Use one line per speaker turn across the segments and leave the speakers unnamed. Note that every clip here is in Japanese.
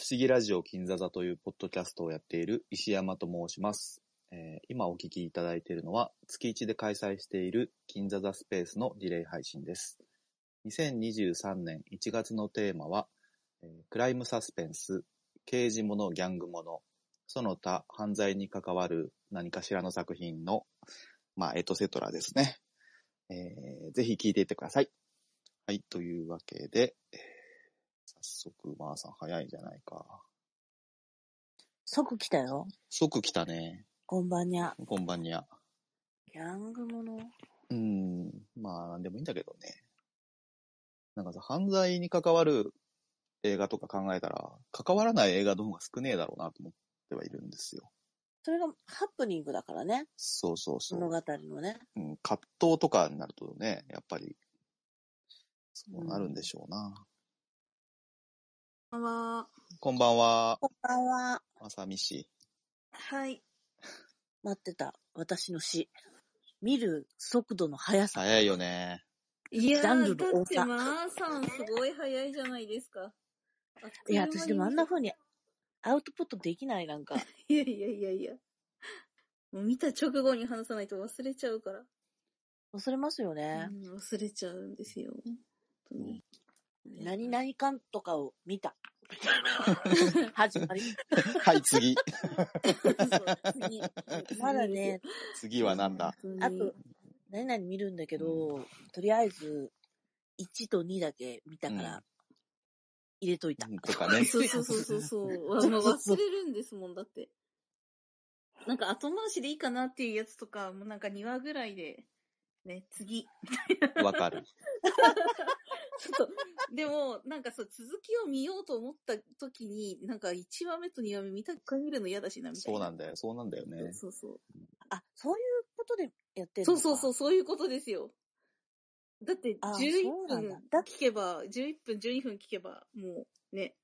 思議ラジオ金座座というポッドキャストをやっている石山と申します。えー今お聞きいただいているのは月1で開催している金座座スペースのリレー配信です。2023年1月のテーマは、えークライムサスペンス、刑事もの、ギャングもの、その他犯罪に関わる何かしらの作品の、まあ、エトセトラですね。えーぜひ聞いていってください。はい、というわけで、えー早速、まーさん早いじゃないか。
即来たよ。
即来たね。
こんばんにゃ。
こんばんにゃ。
ギャングもの
うん、まあ、なんでもいいんだけどね。なんかさ、犯罪に関わる映画とか考えたら、関わらない映画の方が少ねえだろうなと思ってはいるんですよ。
それがハプニングだからね。
そうそうそ
物
う。
語のね。
うん、葛藤とかになるとね、やっぱり、そうなるんでしょうな。
こんばんは。
こんばんは、
こんばんは。
まさみ氏。
はい。
待ってた。私の死。見る速度の速さ。
早いよね。
いや
ジャンル
だ
の
っ
多
て
さ
まーさんすごい早いじゃないですか。あっと
いや、
う間に
私でもあんな風にアウトプットできない、なんか。
いやいやいやいや。もう見た直後に話さないと忘れちゃうから。
恐れますよね。
うん忘れちゃうんですよ。本当に
何々かんとかを見た。始まり。
はい、次。
そう次
まだね、
次はなんだ。
本当
あ
に
と、何々見るんだけど、とりあえず、1と2だけ見たか
う
ら、入れといた。
とかね。
そうそうそうそうそう。あもう忘れるんですもん、だって。なんか後回しでいいかなっていうやつとか、もうなんか2話ぐらいで、ね、次。
わかる。
ちょっとでも、なんかそう、続きを見ようと思った時に、なんか1話目と2話目見たく見るの嫌だしな、みたい
そう
な。
なんだよ、そうなんだよね。
そうそう
あ、そういうことでやってる
そ
の
う
か
そうそう、そういうことですよ。だって、
あそう
11
なん
分
だだ
聞けば、11分、12分聞けば、もう、ね、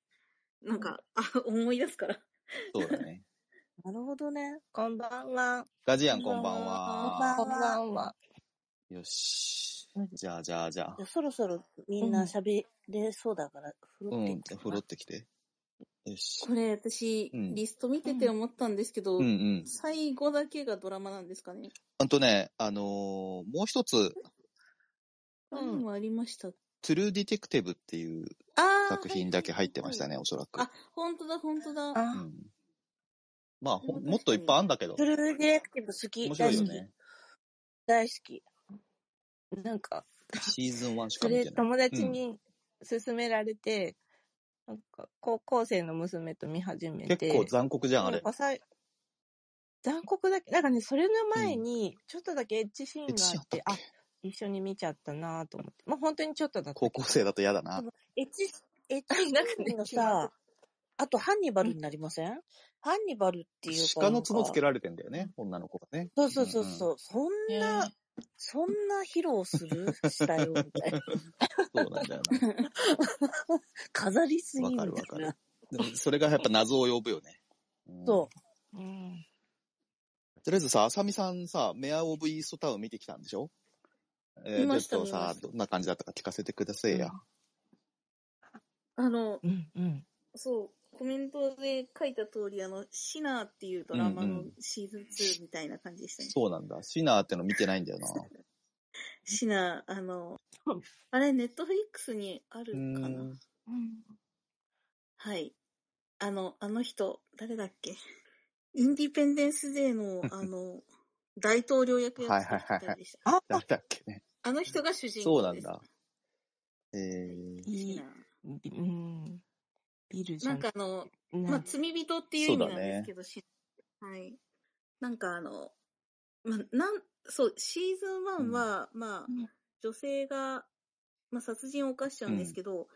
なんか、あ、思い出すから。
そうだね。
なるほどね。
こんばんは。
ガジアン、こんばん
あ
は。
こんばんは。
よし。じゃあ、じゃあ、じゃあ
じゃ。あそろそろみんな喋れそうだから、ふ
う
ろってい
ん、
こう
ふ
かな
ろってきて。よし。
これ、私、
うん
リスト見てて思ったんですけど、
うんうん。
最後だけがドラマなんですかね。
あとね、あのーもう一つ、
うん
何もありました。
トゥルーディテクティブっていう
あー
作品だけ入ってました
ね。
ね、おそらく。
あ、本当だ、本当だ。
う
あ、
ん、まあ、ほ
うん
もっといっぱいあんだけど、
フルディレクティブ好き。
面白いよ
大好き
ね。。
大好き。
なんか、
シーズン1しか
そ
見て
れ
ない。
友達に勧められて、なんか、高校生の娘と見始めて。
結構残酷じゃん、あ
な
れ
ん。かさい残酷だけ、なんかね、それの前に、ちょっとだけエッチシーンがあって、
エッ
あ、一緒に見ちゃったなと思って。まあ、本当にちょっとだったけ
高
ど。
校生だと嫌だな。
エッチ、エッチ
なんかね
のさ、あとハンニバルになりません、ハンニバルっていうか
鹿の角つけ
る。
られてんだよね、女の子がね。
そうそうそう
うん
そう。そんな、そんな披露するしたよ、みたいな。
うん。そうなんだよな。
飾りすぎ
わ
みた
か
いな。
るわかる。でもそれがやっぱ謎を呼ぶよね。うん
そ
うん。
とりあえずさ、あさみさんさ、メアオブイーストタウン見てきたんでしょえ
見ま
ー、
し
ち
た
ょっとさ
見ま、した
どんな感じだったか聞かせてくださいや。
あの、
うん、うん。
そう、コメントで書いた通り、あの、シナーっていうドラマ
う
の
んうん
シーズン2みたいな感じでしたね。
そうなんだ。シナーっての見てないんだよな。
シナー、あの、あれ、ネットフリックスにあるかな
うん
はい。あの、あの人、誰だっけインディペンデンスデーの、あの、大統領役やってた人でした。
あ、
誰だっけね。
あの人が主人
そう
公
な
で
ん
す。
だ。えー、
い
シ
い
ナ。
びうん。ビル
ー。
じゃ
なん
ん。
かあの、
な
まあ、罪人っていう意味なんですけど、しはい。なんかあの、まあ、なん、そう、シーズン1は、まあ
うん、
女性が、まあ、殺人を犯しちゃうんですけど、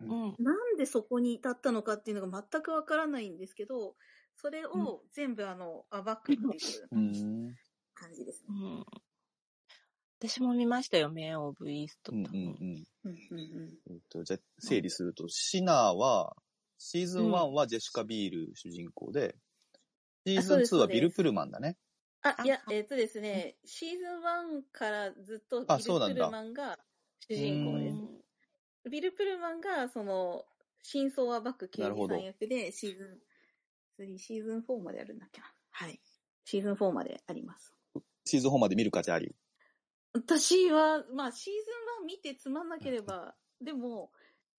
うん。
なんでそこに至ったのかっていうのが全くわからないんですけど、それを全部あの、暴くっていう
うーん。
感じです
う
ね。
ん私も見ましたよ、メアオブイースト
う
タウ
んう
ン。
んうん。
うんうんうん
えっと、じゃあ整理すると、シナーは、シーズン1はジェシカ・ビール主人公で、シーズン2はビル・プルマンだね。
あ、いや、
あ
えっとですね、シーズン1からずっと
あ
ビ
そうな
ル・プ
んだ
ルマンが主人公です。ビル・プルマンが、その、真相はバック
なるほ
92
ど
さん役で、シーズン3、シーズン4まであるんだっけな。はい。シーズン4まであります。
シーズン4まで見る価値あり。
私は、まあ、シーズン1見てつまんなければ、でも、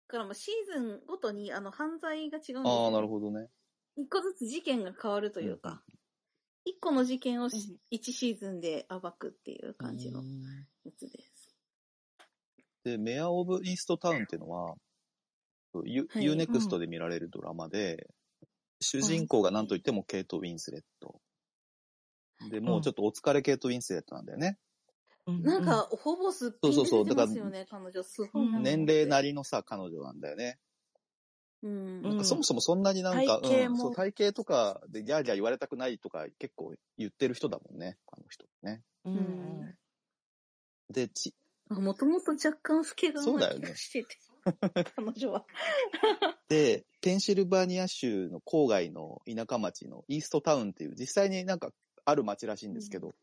だからまあシーズンごとに、あの、犯罪が違うんです
ああ、なる
ど。
ほどね。
一個ずつ事件が変わるというか、一個の事件をし一シーズンで暴くっていう感じのやつです。
で、メア・オブ・イーストタウンっていうのは、ユ
はい
ーネクストで見られるドラマで、主人公が何と言ってもケイト・ウィンスレット。で、もうちょっとお疲れケイト・ウィンスレットなんだよね。
なんか、ほぼすっぴん
そう
で
そうそう
出てますよね、彼女。すごいなと思って
年齢なりのさ、彼女なんだよね。
うん。
うん
そもそもそんなになんか、
体型
うん、
も
そう体型とかでギャーギャー言われたくないとか結構言ってる人だもんね、あの人ね。
うんうん
で、ち、
もともと若干老け顔
そう
な
だよ
気
ね
がして て、彼女は。
で、ペンシルバニア州の郊外の田舎町のイーストタウンっていう、実際になんかある町らしいんですけど、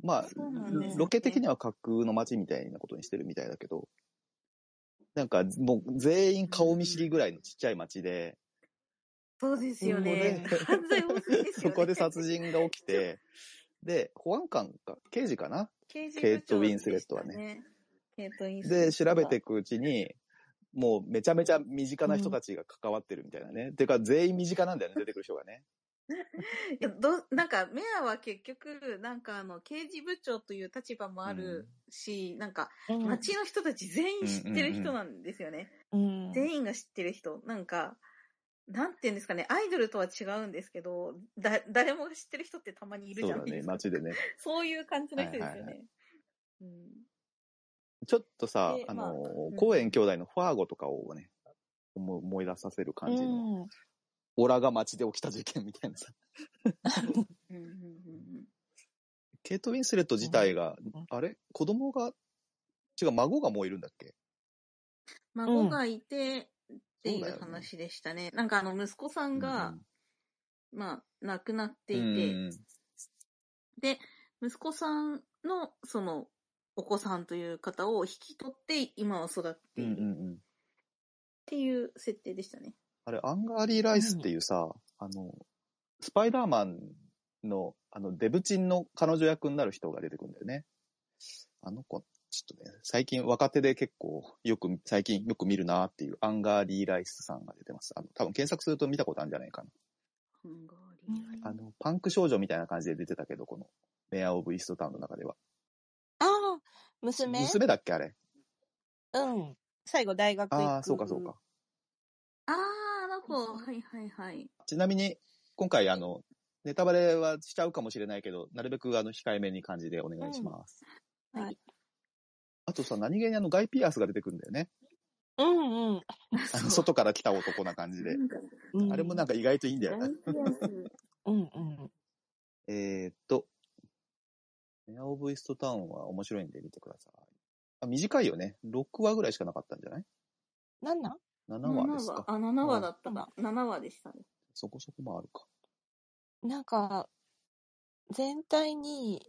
まあ、
そうなんですね
ロケ的には架空の町みたいなことにしてるみたいだけど、なんかもう全員顔見知りぐらいのちっちゃい町で、
そうですよね。
そこで
犯罪多すぎですよ
そ
ね。
こで殺人が起きて、で、保安官か、刑事かな
刑事部長
ケイトウィンスレットはね
でしたね。ケイト・ウィンスレッ
で、
ト
調
が
べていくうちに、もうめちゃめちゃ身近な人たちが関わってるみたいなね。てか全員身近なんだよね、出てくる人がね。
いやどなんか、メアは結局、なんかあの、刑事部長という立場もあるし、なんか、
うん
町の人たち全員知ってる人なんですよね。
うん
全員が知ってる人。なんか、なんて言うんですかね、アイドルとは違うんですけど、だ、誰もが知ってる人ってたまにいる
そう
じゃ
だ
ないで
ね、
すか。
街でね。
そういう感じの人ですよね。
はいはいは
うん
ちょっとさ
で、
あ
まあ
の
う、ん
公園兄弟のファーゴとかをね、思思い出させる感じの、オラが街で起きた事件みたいなさ。
うんうんうんうん
ケイト・ウィンスレット自体が
うん、
あれ子供が、違う、孫がもういるんだっけ
孫がいてって
そう
い
だ
う
よね
話でしたね。なんかあの息子さんが、まあ亡くなってい
うんうん
て、
うん
で、息子さんのそのお子さんという方を引き取って今は育って
うん
いるっ
うんうん。
ていう設定でしたね。
あれ、アンガーリー・ライスっていうさ、あの、スパイダーマンの、あの、デブチンの彼女役になる人が出てくるんだよね。あの子、ちょっとね、最近若手で結構、よく、最近よく見るなっていうアンガーリー・ライスさんが出てます。あの、多分検索すると見たことあるんじゃないか
ハンガ
う
ーリー
ん
な。あの、パンク少女みたいな感じで出てたけど、この、メア・オブ・イーストタウンの中では。
ああ、娘
娘だっけあれ。
うん。最後、大学行く。
ああ、そうかそうか。。
あー、あの子、はいはいはい。
ちなみに、今回、あの、ネタバレはしちゃうかもしれないけど、なるべく、あの、控えめに感じでお願いします。
うんはい
あとさ、何気にあの、ガイピアースが出てくるんだよね。
うんうん
あの、外から来た男な感じで。
うん。
あれもなん
か、
か意外といいんだよな。
ライピアス。
うんうん。
えーっと、メアオブイストタウンは面白いんで見てください。あ、短いよね。6話ぐらいしかなかったんじゃない
なんなん
?7
7
話です
話
か。。
あ、7話だったか。7話でしたね。
そこそこもあるか。
なんか、全体に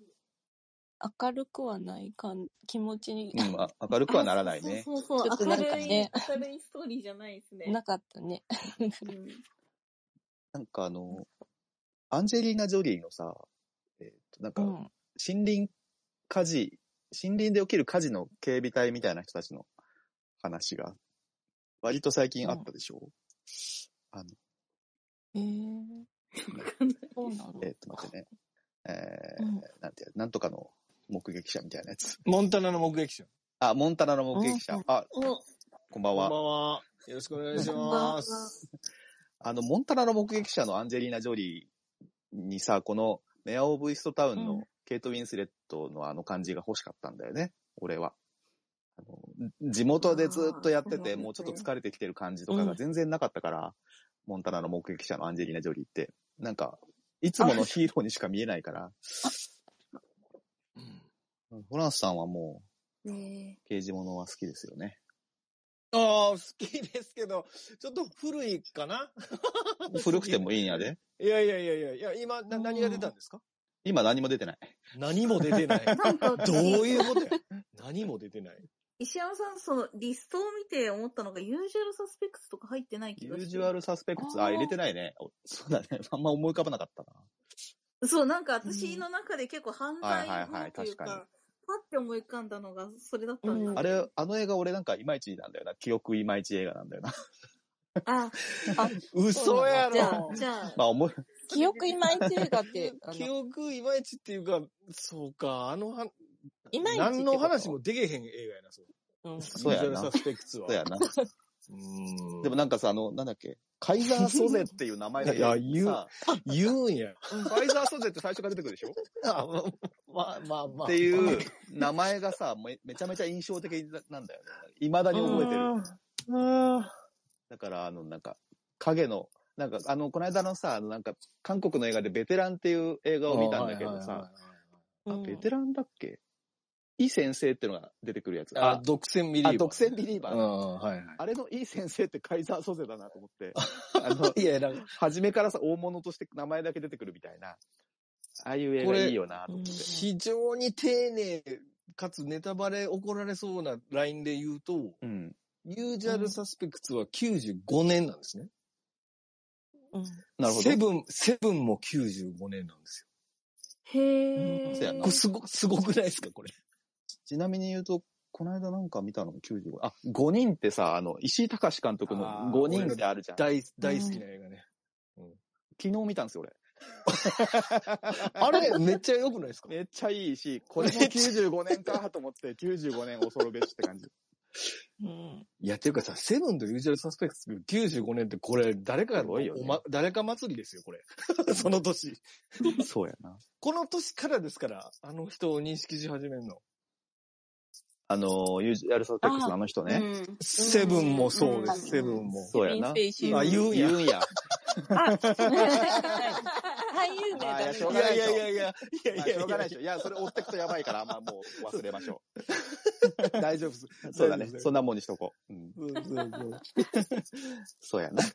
明るくはない感気持ちに
うん、あ明るくはならないね。
そうそう
ちょっ
そう。
と
明
なん
る
か
い、
ね
明るいストーリーじゃないですね。
なかったね。
うん
なんかあの、アンジェリーナ・ジョリーのさ、えーっと、なん
う
か、
ん。
森林火事、森林で起きる火事の警備隊みたいな人たちの話が、割と最近あったでしょ、
へえ。そうなの
えーっと、待ってね。えー
うん
なんていう、なんとかの目撃者みたいなやつ。
モンタナの目撃者。
あ、モンタナの目撃者。あ、こ
お、
んばん
こんば
は。
んは。よろしくお願いします。
あの、モンタナの目撃者のアンジェリーナ・ジョリーにさ、このメア・オブ・イストタウン
う
の
ん
ケイト・ウィンスレットのあの感じが欲しかったんだよね、俺は。あの地元でずっとやって
あーそう
て、
ですね
もうちょっと疲れてきてる感じとかが全然なかったから、モンタナの目撃者のアンジェリーナ・ジョリーって、なんか、いつものヒーローにしか見えないから、ホランスさんはも
ね
う、刑事物は好きですよね。
ああ、好きですけど、ちょっと古いかな
古くてもいいんやで。
いやいやいやいやいや、今、な、
うん
何が出たんですか
今何も出てない。
何も出てない
え。。なんか、
どういうことや何も出てない。
石山さん、そのリストを見て思ったのが、ユージュアルサスペクツとか入ってない気
ユ
がする。
ージュアルサスペクツ、あ、
あー
入れてないね。おそうだね。 あんま思い浮かばなかったな。
そう、なんか
う
私
ん
の中で結構犯罪
はいはいはい
のというか、
確かに
パッて思い浮かんだのがそれだったんですよ
うん
あれ、あの映画俺なんかいまいちなんだよな。記憶いまいち映画なんだよ な。
あ、
嘘や
じゃあ
ろ、
じゃあ、
まあ思い、
記憶いまいち映画 って、あ
記
の、
憶いまいちっていうか、そうか、あのは、
いまいちってこと
何の話もでけへん映画やな、そう。
うん
そうやな
ユージュアルサスペクツは。
そうや な。
うーん
でもなんかさ、あの、なんだっけ、カイザーソゼっていう名前で
いや言う
さ、
言う んや。
カイザーソゼって最初から出てくるで しょ
あまあまあまあ。
っていう名前がさ、めめちゃめちゃ印象的なんだよね。未だに覚えてる。
うん。
だから、あの、なんか、影の、なんか、あの、この間のさ、あの、なんか、韓国の映画でベテランっていう映画を見たんだけどさ、
うん
ベテランだっけイ先生ってのが出てくるやつ。
あ、独占ミリーバ
あ
ー。
独占ビリーバー
う
だ。
ん、はいは
あれのいい先生ってカイザーソゼだなと思 って。あの、
い。いや、なんか、
初めからさ、大物として名前だけ出てくるみたいな。ああいう映
こ
画
れ
いいよなと思って。
うん
非常に丁寧、かつネタバレ怒られそうなラインで言うと、
うん。
ユージュアルサスペクツは95年なんですね。
うん
なるほど
セ。ブン、セブンも95年なんです
へ
う
ー
ん
そうや
よ。
な
これすご、すごくないですか、これ。
ちなみに言うと、この間なんか見たの95。あ、5人ってさ、あの、石井隆監督の
あー
5人ってあるじゃん。昨
大、大好きな映画ね。
日見たんですよ、俺。
あれ、めっちゃ良くないですか
めっちゃいいし、これも95年かと思って、95年恐るべしって 感じ。
うん
いや、っていうかさ、セブンとユージュアルサスペクツ95年ってこれ、誰か
す
の
ごいよね
おま、誰か祭りですよ、これ。 その年。
そうやな。
この年からですから、あの人を認識し始めるの。
あの、ユージュアルサスペクスのあの人
う
ね。
ん。
セブンもそうで
うん
す、セブンも。
そうやな。
リンセイシー
あ、言うんや。
言うんや。
あ、知らない俳優名
あいや
だ
しょう
い
が
や
ない
いやいやいや、い
ま
や
あ
いや
しょうがないでし
ょ。
ょ。いや、それ追ってくとやばいから、あんまもう忘れましょ
大丈夫です。
う。そうだね
大丈夫。です
そんなもんにしとこう。うん。
そうそうそう
そうやな。 い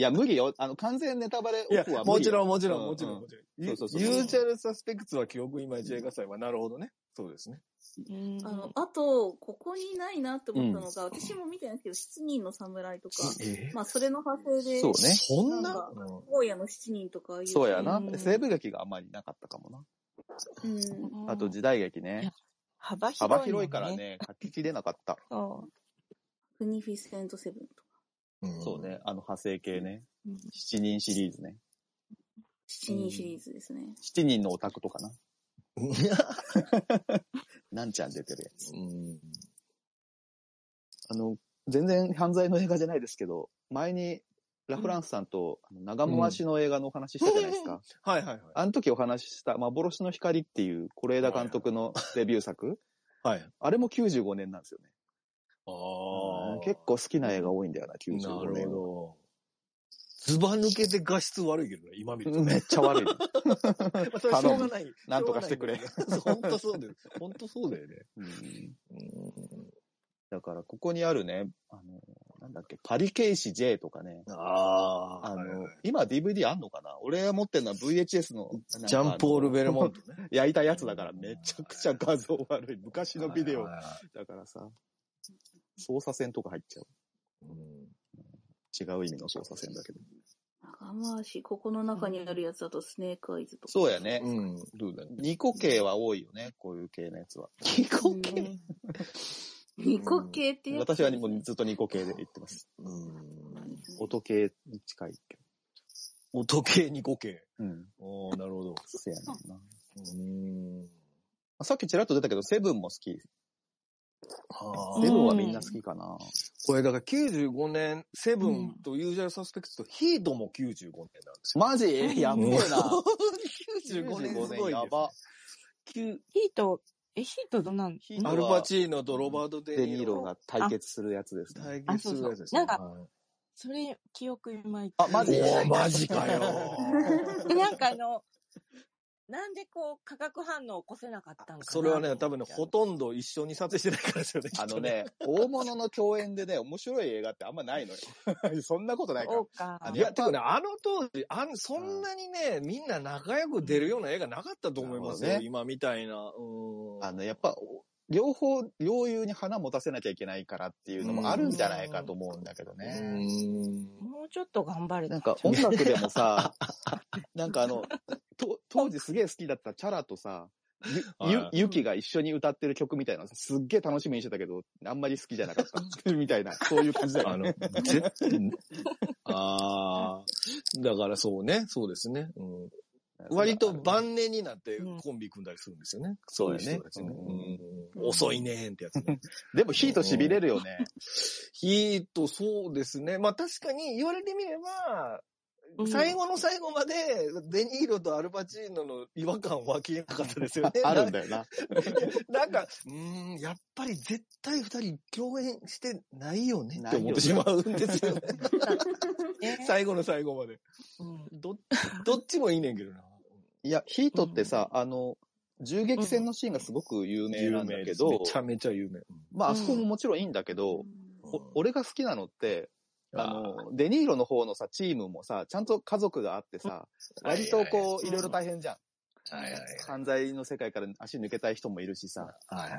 や、無理よ。あの、完全ネタバレ
いや
オフは、無
も
理
ち
よ。
ろん、もちろ、
うんん
もちろん、もちろ
そ
ん。ユ
うそうそう
ージュアルサスペクツは記憶いまいち映画祭は、なるほどね。そうですね。
うん
あの、あと、ここにないなって思ったのが、私も見てないんですけど、七人の侍とか、
え
まあ、それの派生で、
そうね
そん
なん
な
か
うん
大家の七人とかいう。
そうやな
う。ん
西部劇があんまりなかったかもな。
うん。
あと時代劇ね。
幅広いもん
幅広いから。ね、書ききれなかった。
そ
フニフィセントセブンとか。
うん
そうね。あの派生系ね。
う
七人シリーズね。
七人シリーズですね。
七人のオタクとか な。
いや
なんちゃん出てるやつ。
うん
あの、全然犯罪の映画じゃないですけど、前にラフランスさんとあの長回しの映画のお話したじゃないですか。
はいはいは
あの時お話しした、幻の光っていう、是枝監督のデビュー作、
い。はい。
あれも95年なんですよね。
ああ。
結構好きな映画多いんだよな、95
な
年。
るほど。ズバ抜けて画質悪いけどね、今見ると。
めっちゃ悪い。
まあそれはしょうがない。
なんとかしてくれ
しょうがないんだけど。 本当そうだよ。本当そうだよね。
うん
うん
だから、ここにあるね、あの、なんだっけ、パリケイシ J とかね。
ああ。
あの、今 DVD あんのかな俺が持ってるのは VHS の。
ジャンポール・ベルモン
ト。
トね。
焼いたやつだから、めちゃくちゃ画像悪い。昔 のビデオ
はいはいは
だからさ、操作線とか入っちゃう。
いうん
違う意味の操作線だけど。
長回し、ここの中にあるやつだとスネークアイズとか。
そうやね。
うん、どうだね。
ニコ系は多いよね、こういう系のやつは。
飛
う
行
ん。
機
ニコ系ってやつ
私はもうずっとニコ系で言ってます。
うん。
音系に近いけ
音系、二個系。
ど。うん。
おーなるほど。
せやねんな。
うん。
あさっきちらっと出たけど、セブンも好き。
あ
セブ
あ
ンはみんな好きかな。
これだから95年、セブンとユージャルサスペクトとヒートも95年なんですよ。
マジやっべえな。
95年すごい
やば。
です。
ヒート、え、ヒートどうなん
ヒート
アルパチーノとロバート・デ・
デ
ニ
ニ
ー
ー
ロ
ロが対決するやつですね。
対決するやつです
あ
ね。
そうそう
はい
それ、記憶いまいち。
あマジ
おー、マジかよ。
なんかあの、なんでこう、化学反応を起こせなかったんかな
それはね、多分ね、ほとんど一緒に撮影してないからですよね。き
あ
っと
の。ね、大物の共演でね、面白い映画ってあんまないのよ。 そんなことないから
そう。か。
あ
いや、てかね、あの当時、あんそんなにね、みんな仲良く出るような映画なかったと思います
なるほ
よ。
どね
今みたいな。うん。
あの、やっぱ、お両方、両友に花持たせなきゃいけないからっていうのもあるんじゃないかと思うんだけどね。
もうちょっと頑張れ
なんか音楽でもさ、 なんかあの、と当時すげえ好きだったチャラとさ、ゆ、ゆ
はい、
ゆきが一緒に歌ってる曲みたいなのさすっげえ楽しみにしてたけど、あんまり好きじゃなか った。みたいな、そういう感じだ
あ
よ
の
ね。、
ぜ、 ああ、だからそうね、そうですね。うん、割と晩年になってコンビ組んだりするんですよね。そういう人たちね。
そうよね
うん遅いねーんってやつね。
でもヒート痺れるよ ね。。
ヒート、そうですね。まあ確かに言われてみれ
う
ば、
ん
最後の最後まで、デニーロとアルパチーノの違和感は消えなかったですよ ね
あるんだよな。
なんか、うーん、やっぱり絶対二人共演してないよねって思ってしまうんです よね。
ね。
最後の最後まで。
うん
ど、どっちもいいねんけどな。
いや、ヒートってさ、あの、銃撃戦のシーンがすごく有名なんだけど、
めちゃめちゃ有名。
まあ、あそこももちろんいいんだけど、お俺が好きなのって、あの、デニーロの方のさ、チームもさ、ちゃんと家族があってさ、割とこう、いろいろ大変じゃん。
う、はいはい
犯罪の世界から足抜けたい人もいるしさ。
はいは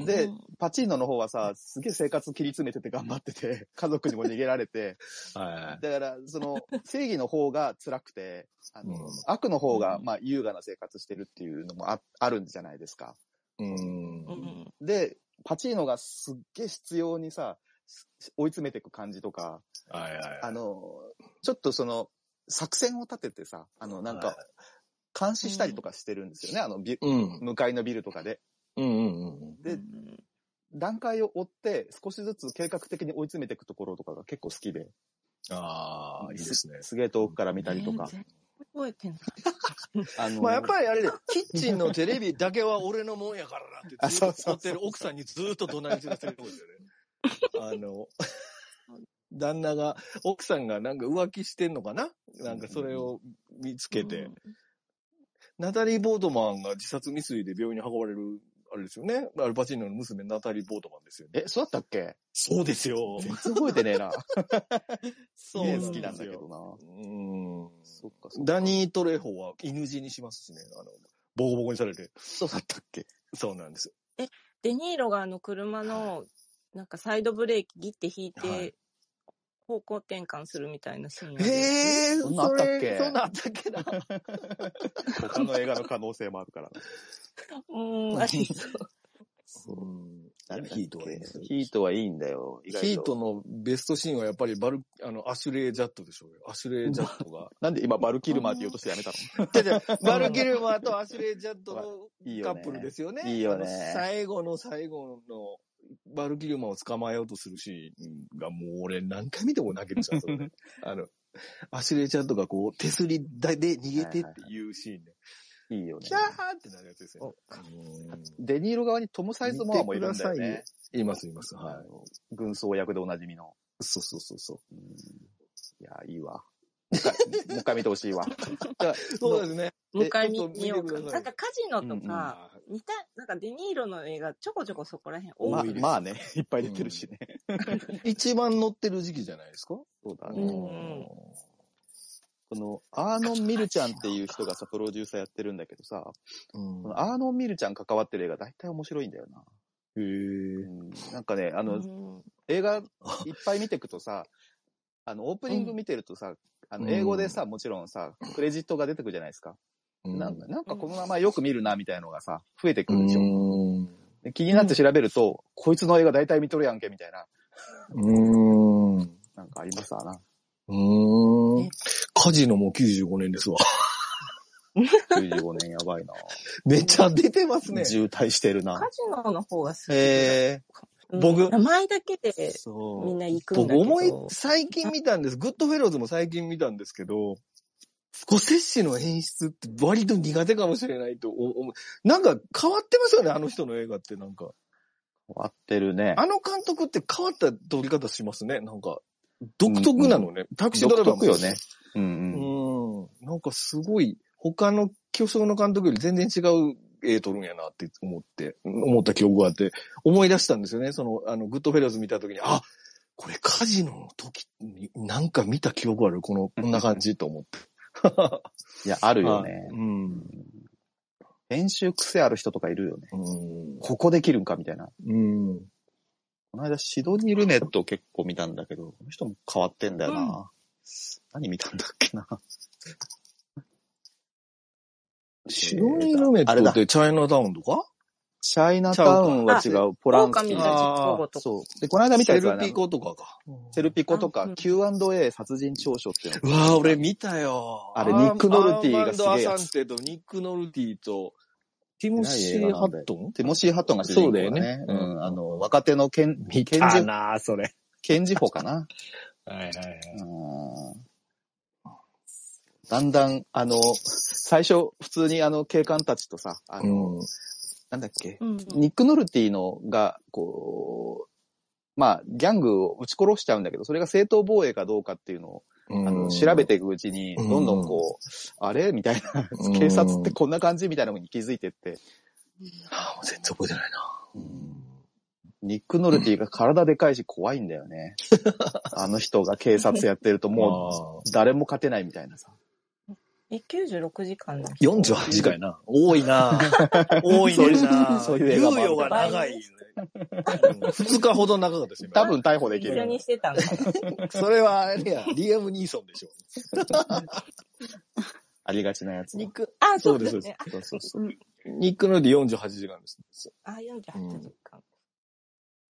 い。
で
うん、
パチーノの方はさ、すげえ生活切り詰めてて頑張ってて、家族にも逃げられて、
はいはい
だから、その、正義の方が辛くて、あの
うん
悪の方が、まあ、優雅な生活してるっていうのもああるんじゃないですか。
うん
う。ん
で、パチーノがすっげえ必要にさ、す追い詰めていく感じとか、
はいはい
あの、ちょっとその、作戦を立ててさ、あの、なんか、監視したりとかしてるんですよね、あのビ、
うん。
向かいのビルとかで。
うんうんうん。
で、段階を追って、少しずつ計画的に追い詰めていくところとかが結構好きで、
ああ、いいですね。
すげえ遠くから見たりとか。
全然覚えてない。
あの
まあやっぱりあれで、キッチンのテレビだけは俺のもんやからなって、ずっと怒ってる奥さんにずっと怒鳴りつけてるんですよね。あの、旦那が、奥さんがなんか浮気してんのかななんかそれを見つけて、ナタリー・ボートマンが自殺未遂で病院に運ばれる、あれですよね。アルパチーノの娘、ナタリー・ボートマンですよね。
え、そうだったっけ
そうですよ。
全然覚えてねえな。
そう
ね
な
え
んですよ
好きなんだけどな。
うん。
そっか
ダニー・トレホは犬死にしますしね。あの、ボコボコにされて。
そうだったっけ
そうなんです。
デニーロがあの車の、なんかサイドブレーキギって引い
は
て、方向転換するみたいなシーンある。
ええ
そんなんあったっけ
そんなんあったっけな。
他の映画の可能性もあるからな。
うん、ありそう。
いやヒートはいいんですよ
ヒートはいいんだよ。意外と
ヒートのベストシーンはやっぱりバル、あの、アシュレイ・ジャットでしょうよ。アシュレイ・ジャット が。
なんで今、バルキルマーって言おうとしてやめた
バル・ギルマーとアシュレイ・ジャットの
いいよ
カ
ね
ップルですよね。
いいよね
あの最後の最後の、バル・ギルマーを捕まえようとするシーンが、もう俺何回見ても泣けるじゃん、そ れあの、アシュレイ・ジャットがこう、手すりで逃げてっていうシーンで。
のいいよね
キャ。ーってなるやつですよね。
デニーロ側にトム・サイズモアもいるんだよ
見てくだ
ね。
います、います。はい
あ。の軍曹役でおなじみの。
そうそうそうそう。
うんいや、いい わ。もう一回もう一回見てほしいわ。
そうですね。
もう一回
ちょ
見
っと
見よう
見て
か。
くだ
な
さい
んかカジノ
うんう
と
ん
か、似た、なんかデニーロの映画、ちょこちょこそこら辺
ま
多
あ
い。
です
まあね、いっぱい出てるしね。
一番乗ってる時期じゃないですか
そうだ
う
ね。
んうん。
この、アーノン・ミルちゃんっていう人がさ、プロデューサーやってるんだけどさ、
うん
このアーノン・ミルちゃん関わってる映画大体面白いんだよな。
へ
う
え。
んなんかね、あの、
うん
映 画いっぱい見てくとさ、あの、オープニング見てるとさ、あの、英語でさ、もちろんさ、クレジットが出てくるじゃないですか。なんか、なんかこの名前よく見るな、みたいのがさ、増えてくるでしょ。
うん。
で気になって調べると、こいつの映画大体見とるやんけ、みたいな。
うん。
なんかあります わな。
うん
ね。
カジノも95年ですわ。
95年やばいな。
めっちゃ出てますね。
渋滞してるな。
カジノの方が好きだ。
へ
うん
僕
名前だけで
そう。
みんな行くんだ
僕
けど。
思い、最近見たんです。グッドフェローズも最近見たんですけど、スコセッシの演出って割と苦手かもしれないと思う。なんか変わってますよね、あの人の映画ってなんか。
終わってるね。
あの監督って変わった撮り方しますね、なんか。独特なのね。タクシードラ
独
イバーも
特よね。。う
うんん。なんかすごい、他の巨匠の監督より全然違う絵撮るんやなって思って、思った記憶があって、思い出したんですよね。その、あの、グッドフェラーズ見た時に、あこれカジノの時になんか見た記憶あるこの、こんな感じと思って。
いや、あるよね
う。ん。
練習癖ある人とかいるよね。
うん。
ここできるんかみたいな。
うん。
この間、シドニー・ルネットを結構見たんだけど、この人も変わってんだよな。何見たんだっけな。
シドニー・ルメ
あれ
ット
だ
っ。てチャイナタウンとか
チャイナタウンは違う、ポラン
狼
た
あ
ち
交互
ー
とか
そう。で、この間見たやつは
セル
ね
ピ、コとかか。
セルピコと
あう
か
ん
Q&A 殺人調書っていう
う
の
わぁ、俺見たよ。
あれニックノルティがすげえやつ
アーマンド・アサンテとニック・ノルティと、ティモシー・ハットン
ティモシー・ハットンが主人公だね。
そうだよね
う。
うんん
あの、若手の検
見
検事、
なぁ、それ。
検事補かな。
はいはいはい。
うんだんだん、あの、最初、普通にあの、警官たちとさ、あの、
うん。
なんだっけ、
うん。
ニック・ノルティのが、こう、まあ、ギャングを撃ち殺しちゃうんだけど、それが正当防衛かどうかっていうのを、あの、調べていくうちに、
うん
どんどんこう、あれみたいな、
うん
警察ってこんな感じみたいなのに気づいてって、
ああ、もう全然覚えてないな。
ニック・ノルティが体でかいし怖いんだよ ね。あの人が警察やってるとも
も
う、誰も勝てないみたいなさ。
え、96時間の
う、48時間やな。多い な多いねんな
そういうそういう映
猶
画もある
予が長いね。2日ほど長かったですよ。
多分逮捕でき
一緒
る。
にしてたんだ。
それはあれや、リアム・ニーソンでしょ。
ありがちなやつ。
ニック、
あ、
そ
そうう
で
だ
すそうで
ね。
す
そうそうそう。
ニックので48時間です。
あ、48時間。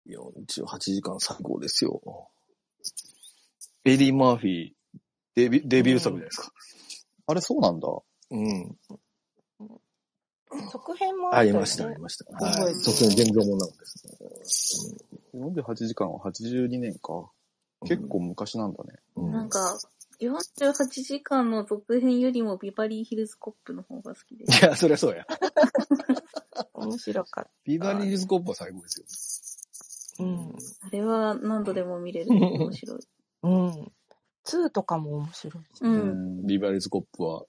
48時間最高ですよ。エディ・マーフィー、デビューデビュー作じゃないですか。
あれそうなんだ。
うん。
続編も
あ
った
り
よね
ました、ありました。
覚
は
え
い。
てる
突然現状もなくです。
48時間は82年か。結構昔なんだね。
うん、
なんか、48時間の続編よりもビバリーヒルズコップの方が好きです。
いや、そりゃそうや。
面白かっ
ビバリー・ヒルズ・コップは最高です
た。
よ。
うん。
あれは何度でも見れる。面白い。
うん。2とかも面白い。
うん。
うん
ビバリーズコップは、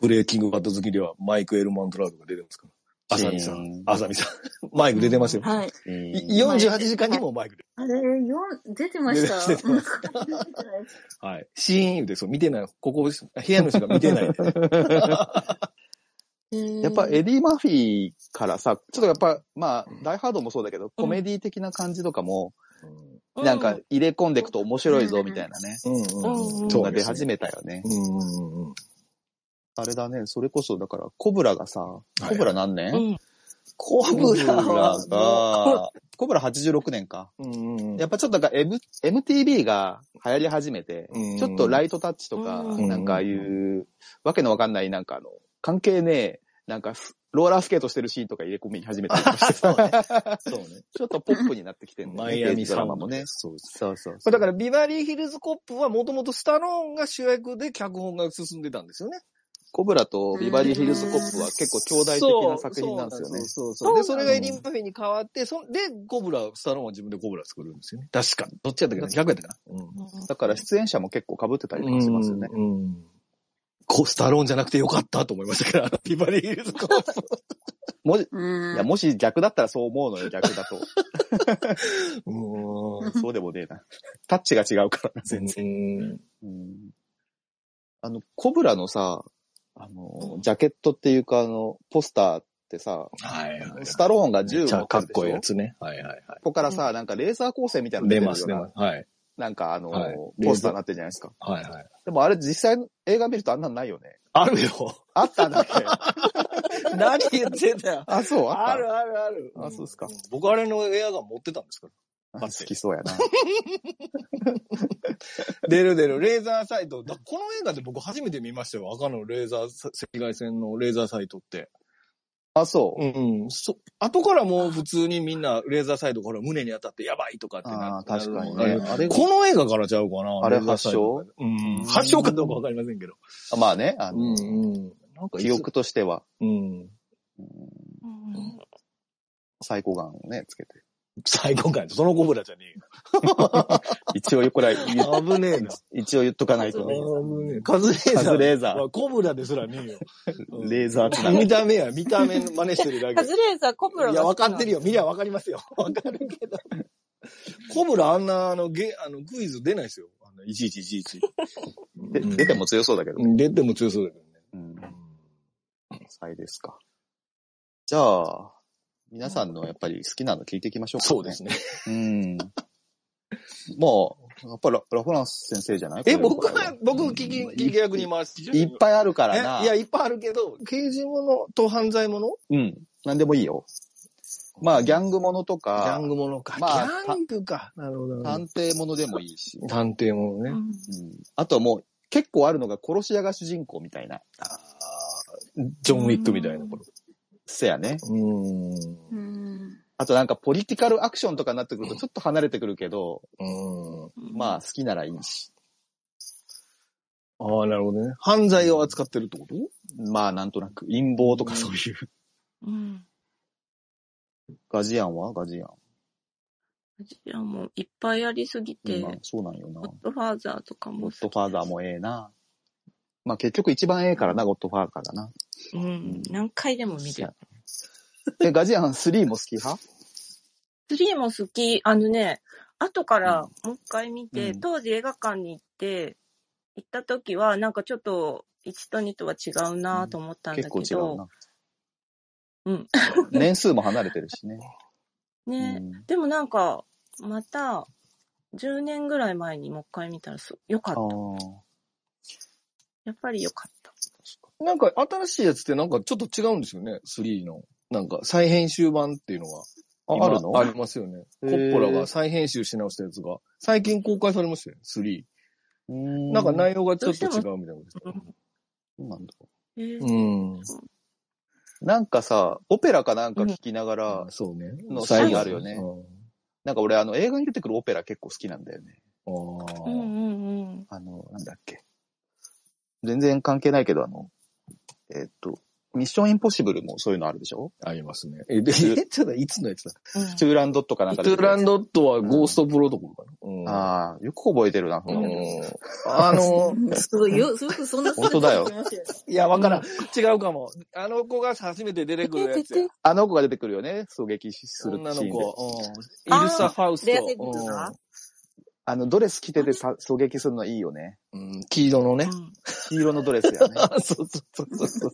ブレイキングバッド好きではマイク・エルマントラウドが出てますから。あさみさ
うんん。
あさみさん。 マイク出てますよ。
はい。
い48時間にもマイク出て
あれ、よん出てました。
出てま
なんか出てない
はい。シーンでそう、見てない。ここ、部屋の人が見てない。
やっぱエディ・マーフィーからさ、ちょっとやっぱ、まあ、ダイハードもそうだけど、コメディ的な感じとかも、なんか入れ込んでいくと面白いぞ、みたいなね。
うんうんうん。
の
そ
が
うで
出
すね
始めたよね
う。んうんうん。
あれだね、それこそ、だから、コブラがさ、コブラ何年、
うん。
コ
コ
ブ
ブ
ラ
ラ
は、
が、コブラ86年か。
うんうん
やっぱちょっとなんか、M、MTV が流行り始めて、
うん
ちょっとライトタッチとか、
うん
なんかああいう、わけのわかんない、なんかあの、関係ねえ、なんかス、ローラースケートしてるシーンとか入れ込み始めたりとかして
そうね
さ
そうね。
ちょっとポップになってきてんだ
マ
よ
イ
ね。
ア
刑
ミ
事ド
サ
ラ
ウ
マ
ン
も
ド
ね
ね。。そうです。
そうそう
ま
そ
あだから、ビバリーヒルズコップはもともとスタローンが主役で脚本が進んでたんですよね。
コブラとビバリーヒルズコップは結構兄弟的な作品なんですよね。
そうそうそうそうで、それがエディ・
う
マ
ん
ーフィーに変わって、そで、コブラ、スタローンは自分でコブラ作るんですよね。確か。どっちやったっけな逆やったかな。うん。
だから出演者も結構被ってたりとかしますよね。
うん。うんこうスタローンじゃなくてよかったと思いましたから、あ のビバリーヒルズコップ。
もし、
うん。
いや、もし逆だったらそう思うのよ、逆 だと。
うーん
そうでもねえな。タッチが違うからな、全然。
然。
うんあの、コブラのさ、あの、ジャケットっていうか、あの、ポスターってさ、
はいはい。
スタローンが
め
銃
っ
を
ち
持
ゃ
って
か
る
っ
でしょ
こいいやつね。はいはいは。
ここからさ、なんかレーザー光線みたいないの出て
出
る
ま
よ
す
う
出
な、
ます。はい。
なんかあの、
はい
ポスターになってるじゃないですか。
はいはい。
でもあれ実際映画見るとあんなんないよね。
あるよ。
あったんだっけ
何言ってんだよ。
あ、そう、あ っ
あ
た。
るあるある。
あそうっすか
ん。僕あれのエアガン持ってたんですから。
好きそうやな。
出る出る、レーザーサイト。だこの映画で僕初めて見ましたよ。赤のレーザーさ、赤外線のレーザーサイトって。
あ、そう
う。ん、うん。そ、後からもう普通にみんなレーザーサイトから胸に当たってやばいとかってな
ああ、
ってなる
確かに
あれ
ね。あれ、
この映画からちゃうかな。
あれ
レーザーサイトがうん。発祥かどうかわかりませんけど。
あまあね、あの、
うん。なんかいつ
記。憶としては、
うん。
うん、サイコガンをね、つけて。
最高感やそのコブラじゃね
一応、こ れは
え
言う、
よ。危ねえな。
一応言っとかないとね。
ねカズレーザー。
カズレーザー
はコブラですらねえよ。
レーザーつながり
見た目や、見た目の真似してるだ
カ
け。
ズレーザー、コブラ
いや、わかってるよ。見りゃわかりますよ。わかるけど。コブラあんな、あの、ゲ、あの、クイズ出ないですよ。あの、いちいちいちいち。
で出ても強そうだけど。
うん、出ても強そうだけどね。
うん祭ですか。じゃあ、皆さんのやっぱり好きなの聞いていきましょうか、
そうですね。
うん。まあ、やっぱララフランス先生じゃない
え、
これ
僕
これ
は、僕聞き、聞き役に回す。
いっぱいあるからな。
えいや、いっぱいあるけど、刑事ものと犯罪もの
うん。なんでもいいよ。まあ、ギャングものと
ギ
か、
ャングものか。
まあ
ギャングか。なるほど。
探偵ものでもいいし。
探偵ものね。
うん。あともう、結構あるのが殺し屋が主人公みたいな。
ジョン・ウィックみたいなこと。
せやね。
うん。
うん。
あとなんかポリティカルアクションとかになってくるとちょっと離れてくるけど、
うん。
まあ好きならいいし。
ああ、なるほどね。犯罪を扱ってるってこと
まあなんとなく陰謀とかそういう。
うん。
ガジアンはガジアン。
じゃあもういっぱいありすぎて、
まあそうなんよな
ゴッ。ドファーザーとかも
ゴ
好
ッ
き。
ドファーザーもええな。まあ結局一番ええからな、ゴッドファーザーがな。
うん。何回でも見る。
え、ガジアン3も好き派
3も好き。あのね、後からもう一回見て、
うん
当時映画館に行って、行った時は、なんかちょっと、1と2とは違うなと思ったんだ
結構
け
違う
ど、
な。
うん。
年数も離れてるしね。 う
ね、
ん
でもなんか、また、10年ぐらい前にもう一回見たらす、よか
あ
っ
あ。
た。やっぱりよかった。
なんか新しいやつってなんかちょっと違うんですよね。3の。なんか再編集版っていうのが。
ああるの
ありますよね。
へ
コ
ー
ッポラが再編集し直したやつが、最近公開されましたよね、3。
な
なんか内容がちょっと違うみたいなことですね
そうなんだ。
えー
うん。
なんかさ、オペラかなんか聞きながら、
あそうね。
の
最後
あるよね
うん
なんか俺あの映画に出てくるオペラ結構好きなんだよね。
あ
うん
ー
うんうん。
あの、なんだっけ。全然関係ないけど、あの、えーっと、ミッションインポッシブルもそういうのあるでしょ
ありますね。え、で、え ちょっといつのやつだ
トゥーランドットかなん
イ
か
トゥーラン
ド
ドットはゴーストプロトコルかな。うん
ああ、よく覚えてるな。
うんあの、
すごいよ、すごくそんな
本当だよ
すぐ出てきます
いや、わからん。違うかも。あの子が初めて出てくるやつや。
あの子が出てくるよね。狙撃するシーンで。
女の子。うん
あー
イルサ・ファウスト。
レアセグとか
あの、ドレス着ててさ狙撃するのいいよね。
うんうん黄色のね。
黄色のドレスやね。
あそうそうそうそう。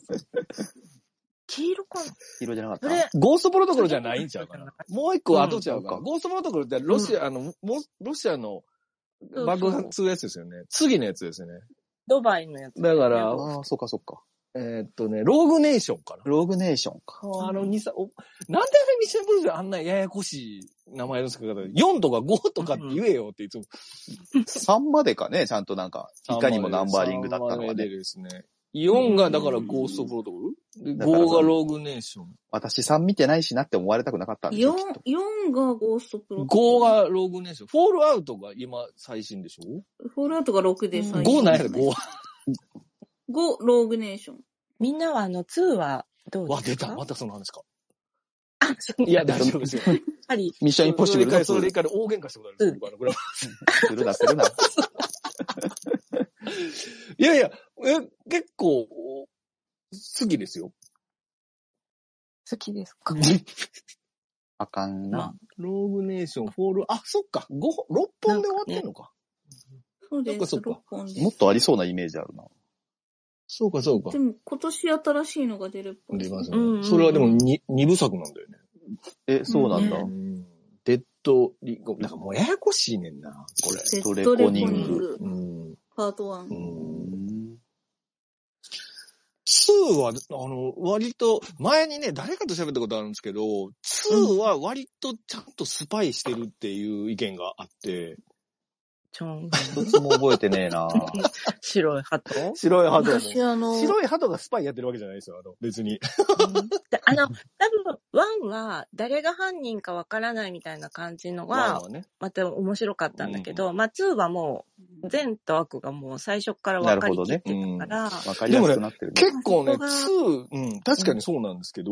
黄色かな
黄色じゃなかっ
そ
た
れ、
ゴーストプロトコルじゃないんちゃうかな。もう一個後ちゃうか。
うん
ゴーストプロトコルってロシア、あの、もロシアの
そう
爆発のやつですよね。次のやつですよね。
ドバイのやつ。
だから、
ああ、そっかそっか。
えーっとね、ローグネーションかな。
ローグネーションか。
あの2、さおなんであれミッションインポッシブルであんなややこしい名前の付け方で、4とか5とかって言えよっていつも。
3までかね、ちゃんとなんか、いかにもナンバーリングだったのは
三まで
ね。
ですね。4がだからゴーストプロトコルで
だから
?5 がローグネーション。
私3見てないしなって思われたくなかったんでしょ、
よ
きっ
ね
と。
4、4がゴーストプロトコ
5
ル。
がローグネーション。フォールアウトが今最新でしょ
フォールアウトが6で最
?5 なんやで
5
5。
ローグネーション。
みんなはあの2はどう
わ、
で
出
すか
た。またその話か。
あ、そう
いや、大丈 夫ですよ。
やっぱり、
ミッションインポッシブル
そ
の
れでそれで一
2。
回大喧嘩したことあるんですよ、僕あのこれは
するな、するな。
いやいや、え、結構、好きですよ。
好きです か
あかんな。
まあ
ローグネーション、フォール、あ、そっか、5、6本で終わってんのか。
そう
そっ
で
か
す、
そっか
6本です。
もっとありそうなイメージあるな。
そうか、そうか
で。も今年新しいのが出るっぽい。
出ます
うんうんう
ね。
ん
それはでも2、二部作なんだよね。
え、そうなんだ。
うん
デッドリコ、なんかもうややこしいねんな、これ。
デ
ドレ
ッ
コ
ドレ
ニ
コニ
ング
ング、
うん。
パート1。
うん。
うん
2は、あの、割と、前にね、誰かと喋ったことあるんですけど、2は割とちゃんとスパイしてるっていう意見があって、
ちょん、
一つも覚えてねえな。
白い鳩
白いハトも。
私あの、
白いハトがスパイやってるわけじゃないですよ、あの、別に。
であの、多分、ワンは誰が犯人かわからないみたいな感じの
ワン
が、
はね。
また面白かったんだけど、まあツーはもう、善と悪がもう最初から分かりきってたから、
わかりやすくなってるね。
結構ね、
そこが
2、うん、確かにそうなんですけど、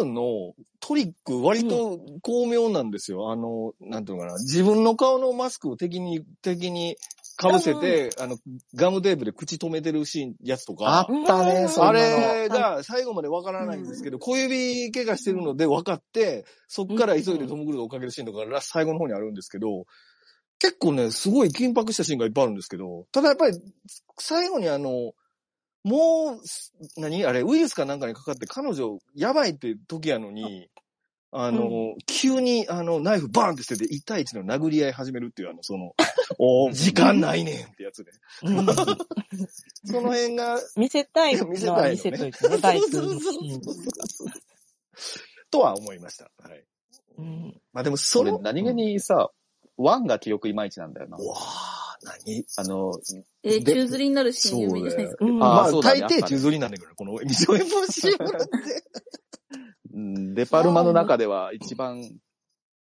2のトリック割と巧妙なんですよ。あの、なんていうのかな。自分の顔のマスクを敵に、敵に被せて、あの、ガムテープで口止めてるシーン、やつと
あ
か。
ったね、そんなの。
あれが最後までわからないんですけど、小指怪我してるので分かって、そっから急いでトム・クルーズを追っかけるシーンとかが最後の方にあるんですけど、結構ね、すごい緊迫したシーンがいっぱいあるんですけど、ただやっぱり、最後にあの、もうす、何あれ、ウイルスかなんかにかかって彼女、やばいって時やのに、あの、
う
急に、あの、ナイフバーンって捨てて、1対1の殴り合い始めるっていう、あの、 その、お時間ないねんってやつで。 その辺が、
見せたいの
見せ
は
たいのね
見せといてね、第9のシーン。
とは思いました。はい。
うん
まあでも、そ
俺
の、
何気にさ、ワンが記憶いまいちなんだよな
う。ん。うわあ何
あの、
えー、
で
中吊りになるシーン有
そ
名じゃ
う
ないで
だ
す
よ
か。。
うん
ま
あ
あ、
そうだね
大抵中吊りなんだけどね、この、ミッションインポッシブルって。
うんデパルマの中では一番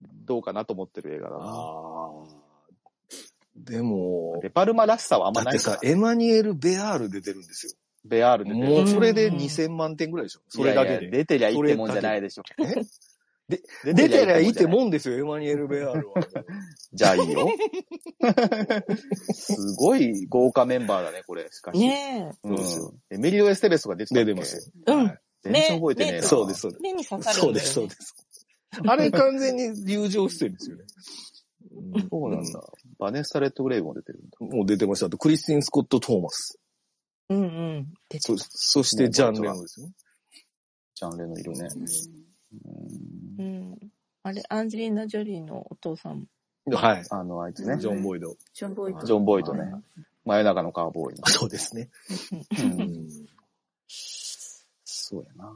どうかなと思ってる映画だな。
ああ。でも、
デパルマらしさはあん
だ
まな
って
いか
さ
ら、。
エマニュエル・ベアール出てるんですよ。
ベアール出て
もう
る。
それで
うんうん
2000万点ぐらいでしょ。そ
そ
れ
れ
だ
だ
け
け
で。
出てりゃいいってもんじゃないでしょ。
え
出
出てりゃいいっ
じゃ
て
ない
もんですよ、エマニュエル・ベアールは。
じゃあいい よ。すごい豪華メンバーだね、これ。しかし。
ね
うん
そうですよ。
エミリオ・エステベスとか 出てた
出
っけ
てますよ。
うん
はい
全然覚えてねえ
ね
な。
そうです、。そう
え
で。
目に刺さ
す。
る
そうん
だよね。
です、そうです。あれ完全に友情出演ですよね。
そうなんだ。バネッサ・レッド・グレイも出てるんだ。
うん。もう出てました。あと、クリスティン・スコット・トーマス。
うんうん。出て
そ、そして、ジャン・レノンですよね。
ジャンレのいるね。
う
うん
ん。あれ、アンジェリーナ・ジョリーのお父さんも。
はい。
あの、あいつ
う
ね
ん。
ジョン・ボイド。
ジョン・ボイ
ジ
ト。
ョン・ボイとね。真夜中のカーボーイの。
そうですね。
うんそうやな。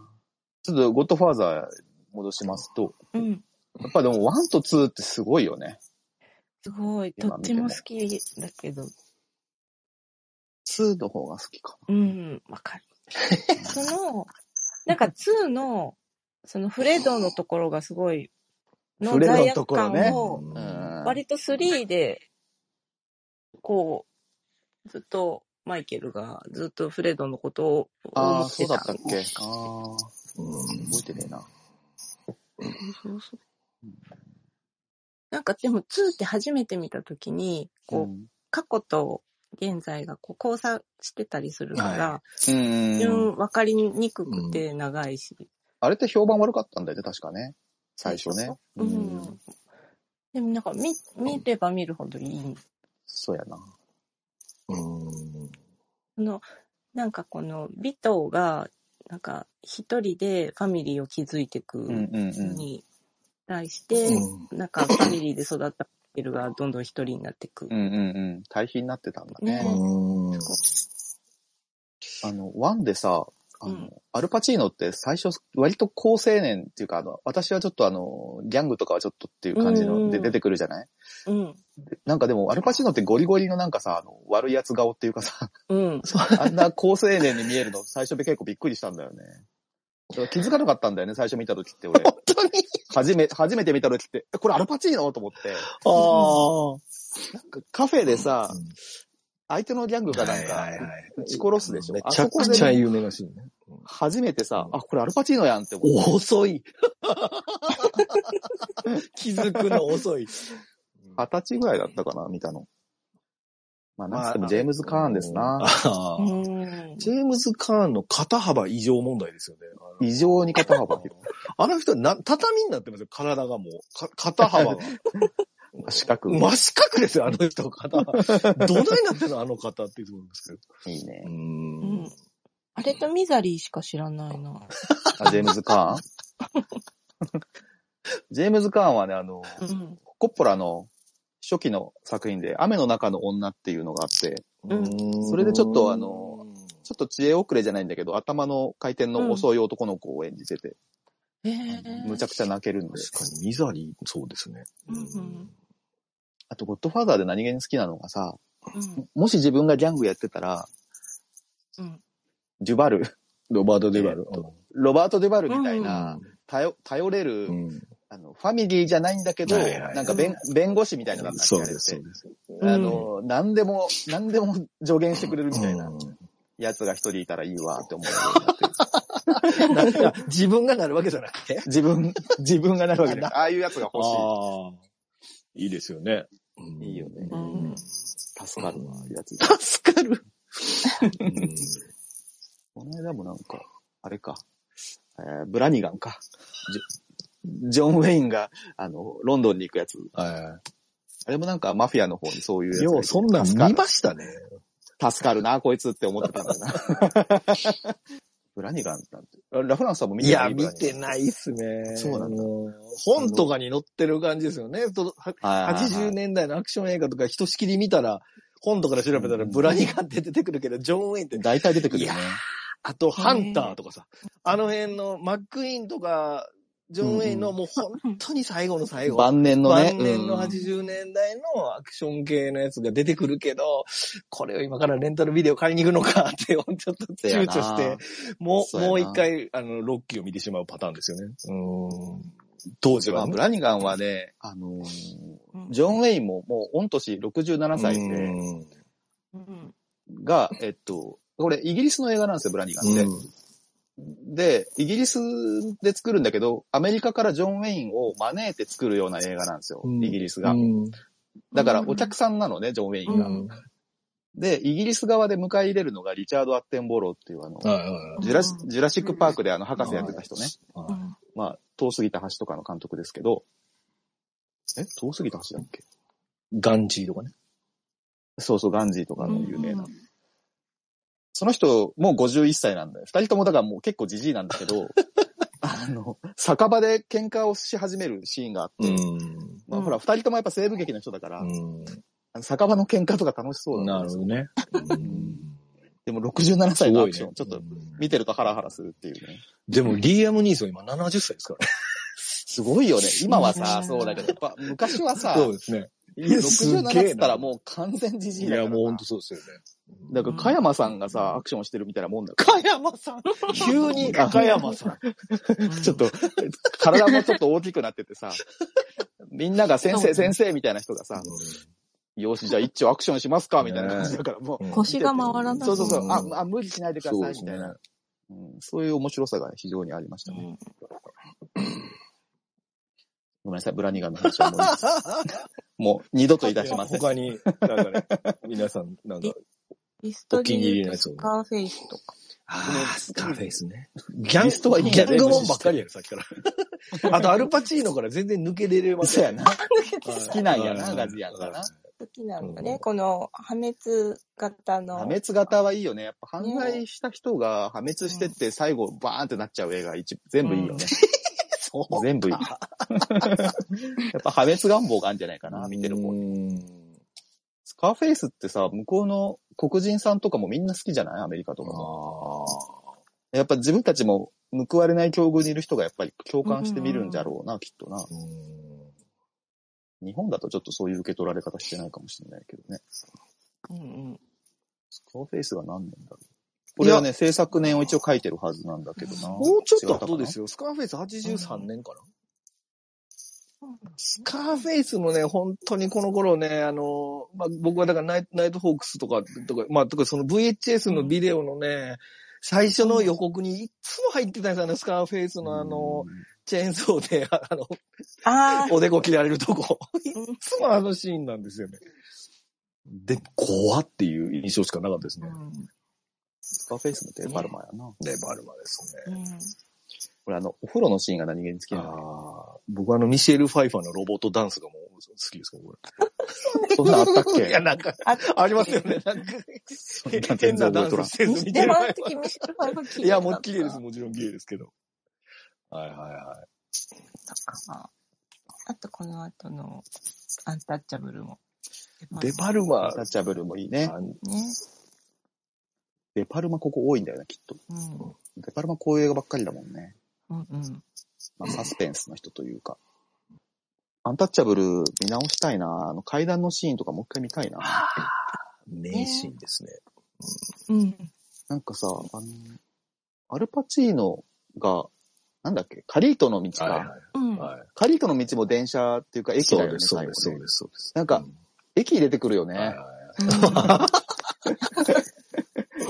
ちょっと、ゴッドファーザー戻しますと、
うん。
やっぱでも1と2ってすごいよね。
すごい。ど
今
っ
見て
ち
も
も好きだけど。
2の方が好きか
うん、わかる。その、なんか2の、そのフレドのところがすごい、の
フレド
罪
のと
悪
ころ
感
ね
を、
な。うん。
割と3で、こう、ずっとマイケルがずっとフレドのことを
あ
思
あ、
っ
そ
て
うだ
た。
ったっけああ、覚えてねえな。
そうそうなんかでも2って初めて見たときに、こう、
ん。
過去と現在がこう交差してたりするから、
うん
順分かりにくくて長いし。
あれって評判悪かったんだよね、確かね。最初ね。
うん。でもなんか見、見れば見るほどいい。
そうやな。
うん。
あの、なんかこの、尾藤が、なんか、一人でファミリーを築いていく
うん
の
うんうん。
に対して、
うん
なんかファミリーで育ったペルがどんどん一人になってい
う。
く
んうんうん。対比になってたんだね。
ね
うん
あの、ワンでさ、あの、
うん
アルパチーノって最初、割と高青年っていうか、あの、私はちょっとあの、ギャングとかはちょっとっていう感じ
うんう
の、
ん
で出てくるじゃない
うん。
でなんかでも、アルパチーノってゴリゴリのなんかさ、あの、悪いやつ顔っていうかさ、
うん。
あんな高青年に見えるの、最初で結構びっくりしたんだよね。だから気づかなかったんだよね、最初見た時って俺。
本当に
初め、初めて見た時って、えこれアルパチーノと思って、
ああ。
なんかカフェでさ、相手のギャングがなん
は
か
いはいはい、
打ち殺すでしょ
め
あ
ちゃ
そこ
く
で
ちゃ
ね、
有名なシーンね。
初めてさ、あ、これアルパチーノやんって思って。
遅い。気づくの遅い。
二十歳ぐらいだったかな、見たの。まあ、
まあ
なんつってもジェームズ・カーンですな。
あ
う
ー
ん。
ジェームズ・カーンの肩幅異常問題ですよね。あの
異常に肩幅広
あの人な、畳になってますよ、体がもう。か肩幅が。
い。四角。
真四角ですよ、あの人、 肩幅。どないなってんの、あの肩っていつも思うんです
いい
けど。
ね。
うん
ん。
あれとミザリーしか知らないな。
あ、ジェームズ・カーン ジェームズ・カーンはね、あの、
うん。
コッポラの初期の作品で、雨の中の女っていうのがあって、
うん
それでちょっとあの、ちょっと知恵遅れじゃないんだけど、頭の回転の遅い男の子を演じてて、
えー
むちゃくちゃ泣けるんで。
確かに、ミザリー、そうですね。
うんうん
あと、ゴッドファーザーで何気に好きなのがさ、
うん
もし自分がギャングやってたら、
うん
デュバル、
ロバート・デバル。
ロバート・デュバルみたい
うん
な、頼頼れる、
うん
あの、ファミリーじゃないんだけど、
はいはいはい
なんか弁弁護士みたいなのだった
そう
あれ
で
っ
す、そ
て
う。です。
ん
あの、何でも、何でも助言してくれるみたいな
うん
やつが一人いたらいいわって思うようになってる。
自分がなるわけじゃなくて。
自 分、自分がなるわけだ
あ
ああいうやつが欲しい。
ああ。いいですよね。
いいよね
うん
助かるわ、ああいうやつ。
助かる。
この間もなんか、あれか、えーブラニガンか。ジョジョン・ウェインが、あの、ロンドンに行くやつ。
は
あれもなんかマフィアの方にそういう
い。
やつがいて。
よう、そんなん
助かる
見ましたね。
助かるな、こいつって思ってたんだよな。ブラニガンなんて。ラフランスさんも見
い
てな
や、
い
見てないっすね。
そうなんだ
あの本とかに載ってる感じですよね。とは80
80
年代のアクション映画とか、ひとしきり見たら、本とかで調べた
うんう
ら、
ん
ブラニガンって出てくるけど、ジョン・ウェインって、
大体出てくるよね
い。あと、ハンターとかさ、あの辺のマック・イーンとか、ジョン・ウェインのもう本当に最後の最後。
晩年のね。
晩年の
うん
80年代のアクション系のやつが出てくるけど、これを今からレンタルビデオ買いに行くのかって、ちょっと
せや
躊
な
躇して、もう、
そうやな
もう一回、あの、ロッキーを見てしまうパターンですよね。うん。当時
ま
は
あ、
ね
ブ。ラニガンはね、あのー
うん
ジョン・ウェインももう御年67歳
う
で、
ん
うん
が、えっと、これイギリスの映画なんですよ、ブラニガンって。で、イギリスで作るんだけど、アメリカからジョン・ウェインを招いて作るような映画なんですよ、
うん
イギリスが。
うん
だからお客さんなのね、ジョン・ウェインが。
うん
で、イギリス側で迎え入れるのがリチャード・アッテンボローっていうあの、
はいはいはい
ジュラシジュラシック・パークであの博士やってた人ね。
う
はい
ん
まあ、遠すぎた橋とかの監督ですけど、え遠すぎた橋だっけ
ガンジーとかね。
そうそう、ガンジーとかの有名な。
うん
その人もう51歳なんだよ。二人ともだからもう結構じじいなんだけ ど、あの、酒場で喧嘩をし始めるシーンがあって、まあほら、二人ともやっぱ西部劇の人だから、
うん
あの酒場の喧嘩とか楽しそうだ
な
ったん
る
です
ほ
よ
どね。
でも67歳のアクション、ち
す
ょっ
ごいね
と見てるとハラハラするっていうね。
でも、リーアム・ニーソン今70歳ですからね。
すごいよね。今はさ、
うん
そうだけど、やっぱ昔はさ、
そうですね。いやすげえな
67歳ったらもう完全じ
い
じいだから。
や、もうほんとそうですよね。
だから、加山さんがさ、アクションしてるみたいなもんだから。
加山さん急に
あ
加山さ ん。
ちょっと、体もちょっと大きくなっててさ、みんなが先生、先生みたいな人がさ、よし、じゃあ一丁アクションしますかみたいな感じだから、もう。
腰が回らな
そうそうそう、
うん
あ、あ、無理しないでくだ
そう
さい、
で
み
す
た
ね
い。な。うんそういう面白さが非常にありましたね。ごめんなさい、ブラニガンの話はもう、もう二度といたしません。
他に、なんかね、皆さん、な んか。
リスト
お気に入り
リ
の
ーと
やつを
スカーフェイスとか。
ああ、スカーフェイスね。ギャン
リストは
ギ
一
ャ
回
ングモンばっかりやる、さっきから。 あと、アルパチーノから全然抜け出れま
そう
せ
や
ん。
な。
好
好きなんやな、ガジやんかな。
好きなんだ
う
ね
ん。
この破滅型
破
の。
滅型はいいよね。やっぱ犯罪した人が破滅してって最後バーンってなっちゃう映画一、全部いいよね。
そう。
全 部いい。やっぱ破滅願望があるんじゃないかな、見てる方に。スカーフェイスってさ、向こうの黒人さんとかもみんな好きじゃないアメリカとかも。やっぱ自分たちも報われない境遇にいる人がやっぱり共感して見るんじゃろうな、きっとな。日本だとちょっとそういう受け取られ方してないかもしれないけどね。
うんうん
スカーフェイスが何年だろう。これはね、制作年を一応書いてるはずなんだけどな。
もうちょっと
ど
後
う
ですよ。スカーフェイス83年かな。スカーフェイスもね、本当にこの頃ね、あの、まあ、僕はだからナイナイトホークスとか、とか、まあ、とかその VHS のビデオのね、最初の予告にいつも入ってたんですよね、スカーフェイスのあの、チェーンソーで、ああ の、
ああ。
おでこ切られるとこ。いつもあのシーンなんですよね。で、怖っていう印象しかなかったですね。
スカーフェイスのデパルマやな。
レバルマですね。
俺あの、お風呂のシーンが何気に好きなの
あー僕はあの、ミシェル・ファイファーのロボットダンスがもう好きですけど、こ
そんなあったっけ
れ。いや、なんか、
あ
ありますよね。なんか、
そんな
変
全
な
然覚
ダン
えとらん
ス。してるミシェ
で
ル・
も
フ
あ
ァ
の
イファ
時ミシェルファイブ
ー。
綺麗
い
だ
や、
った
もう綺麗です。もちろん綺麗ですけど。はいはいは
ああとこの後のアンタッチャブルも。
い。デパルマ
アンタッチャブルもいいね。
あん
ね。
デパルマここ多いんだよね、きっと。
うん。
デパルマこういう映画ばっかりだもんね。
うんうん。
ま あ、サスペンスの人というか。アンタッチャブル見直したいな。あの階段のシーンとかもう一回見たいな。
名シーンですね。
うん。
なんかさ、あの、アルパチーノが、なんだっけ、カリートの道か。
はいは
うん
い。。はい。
カリートの道も電車っていうか駅だよね、
そう
最
です、
後
そう
ね
で。す、そうです。
なんか、駅出てくるよね。
はいはいはい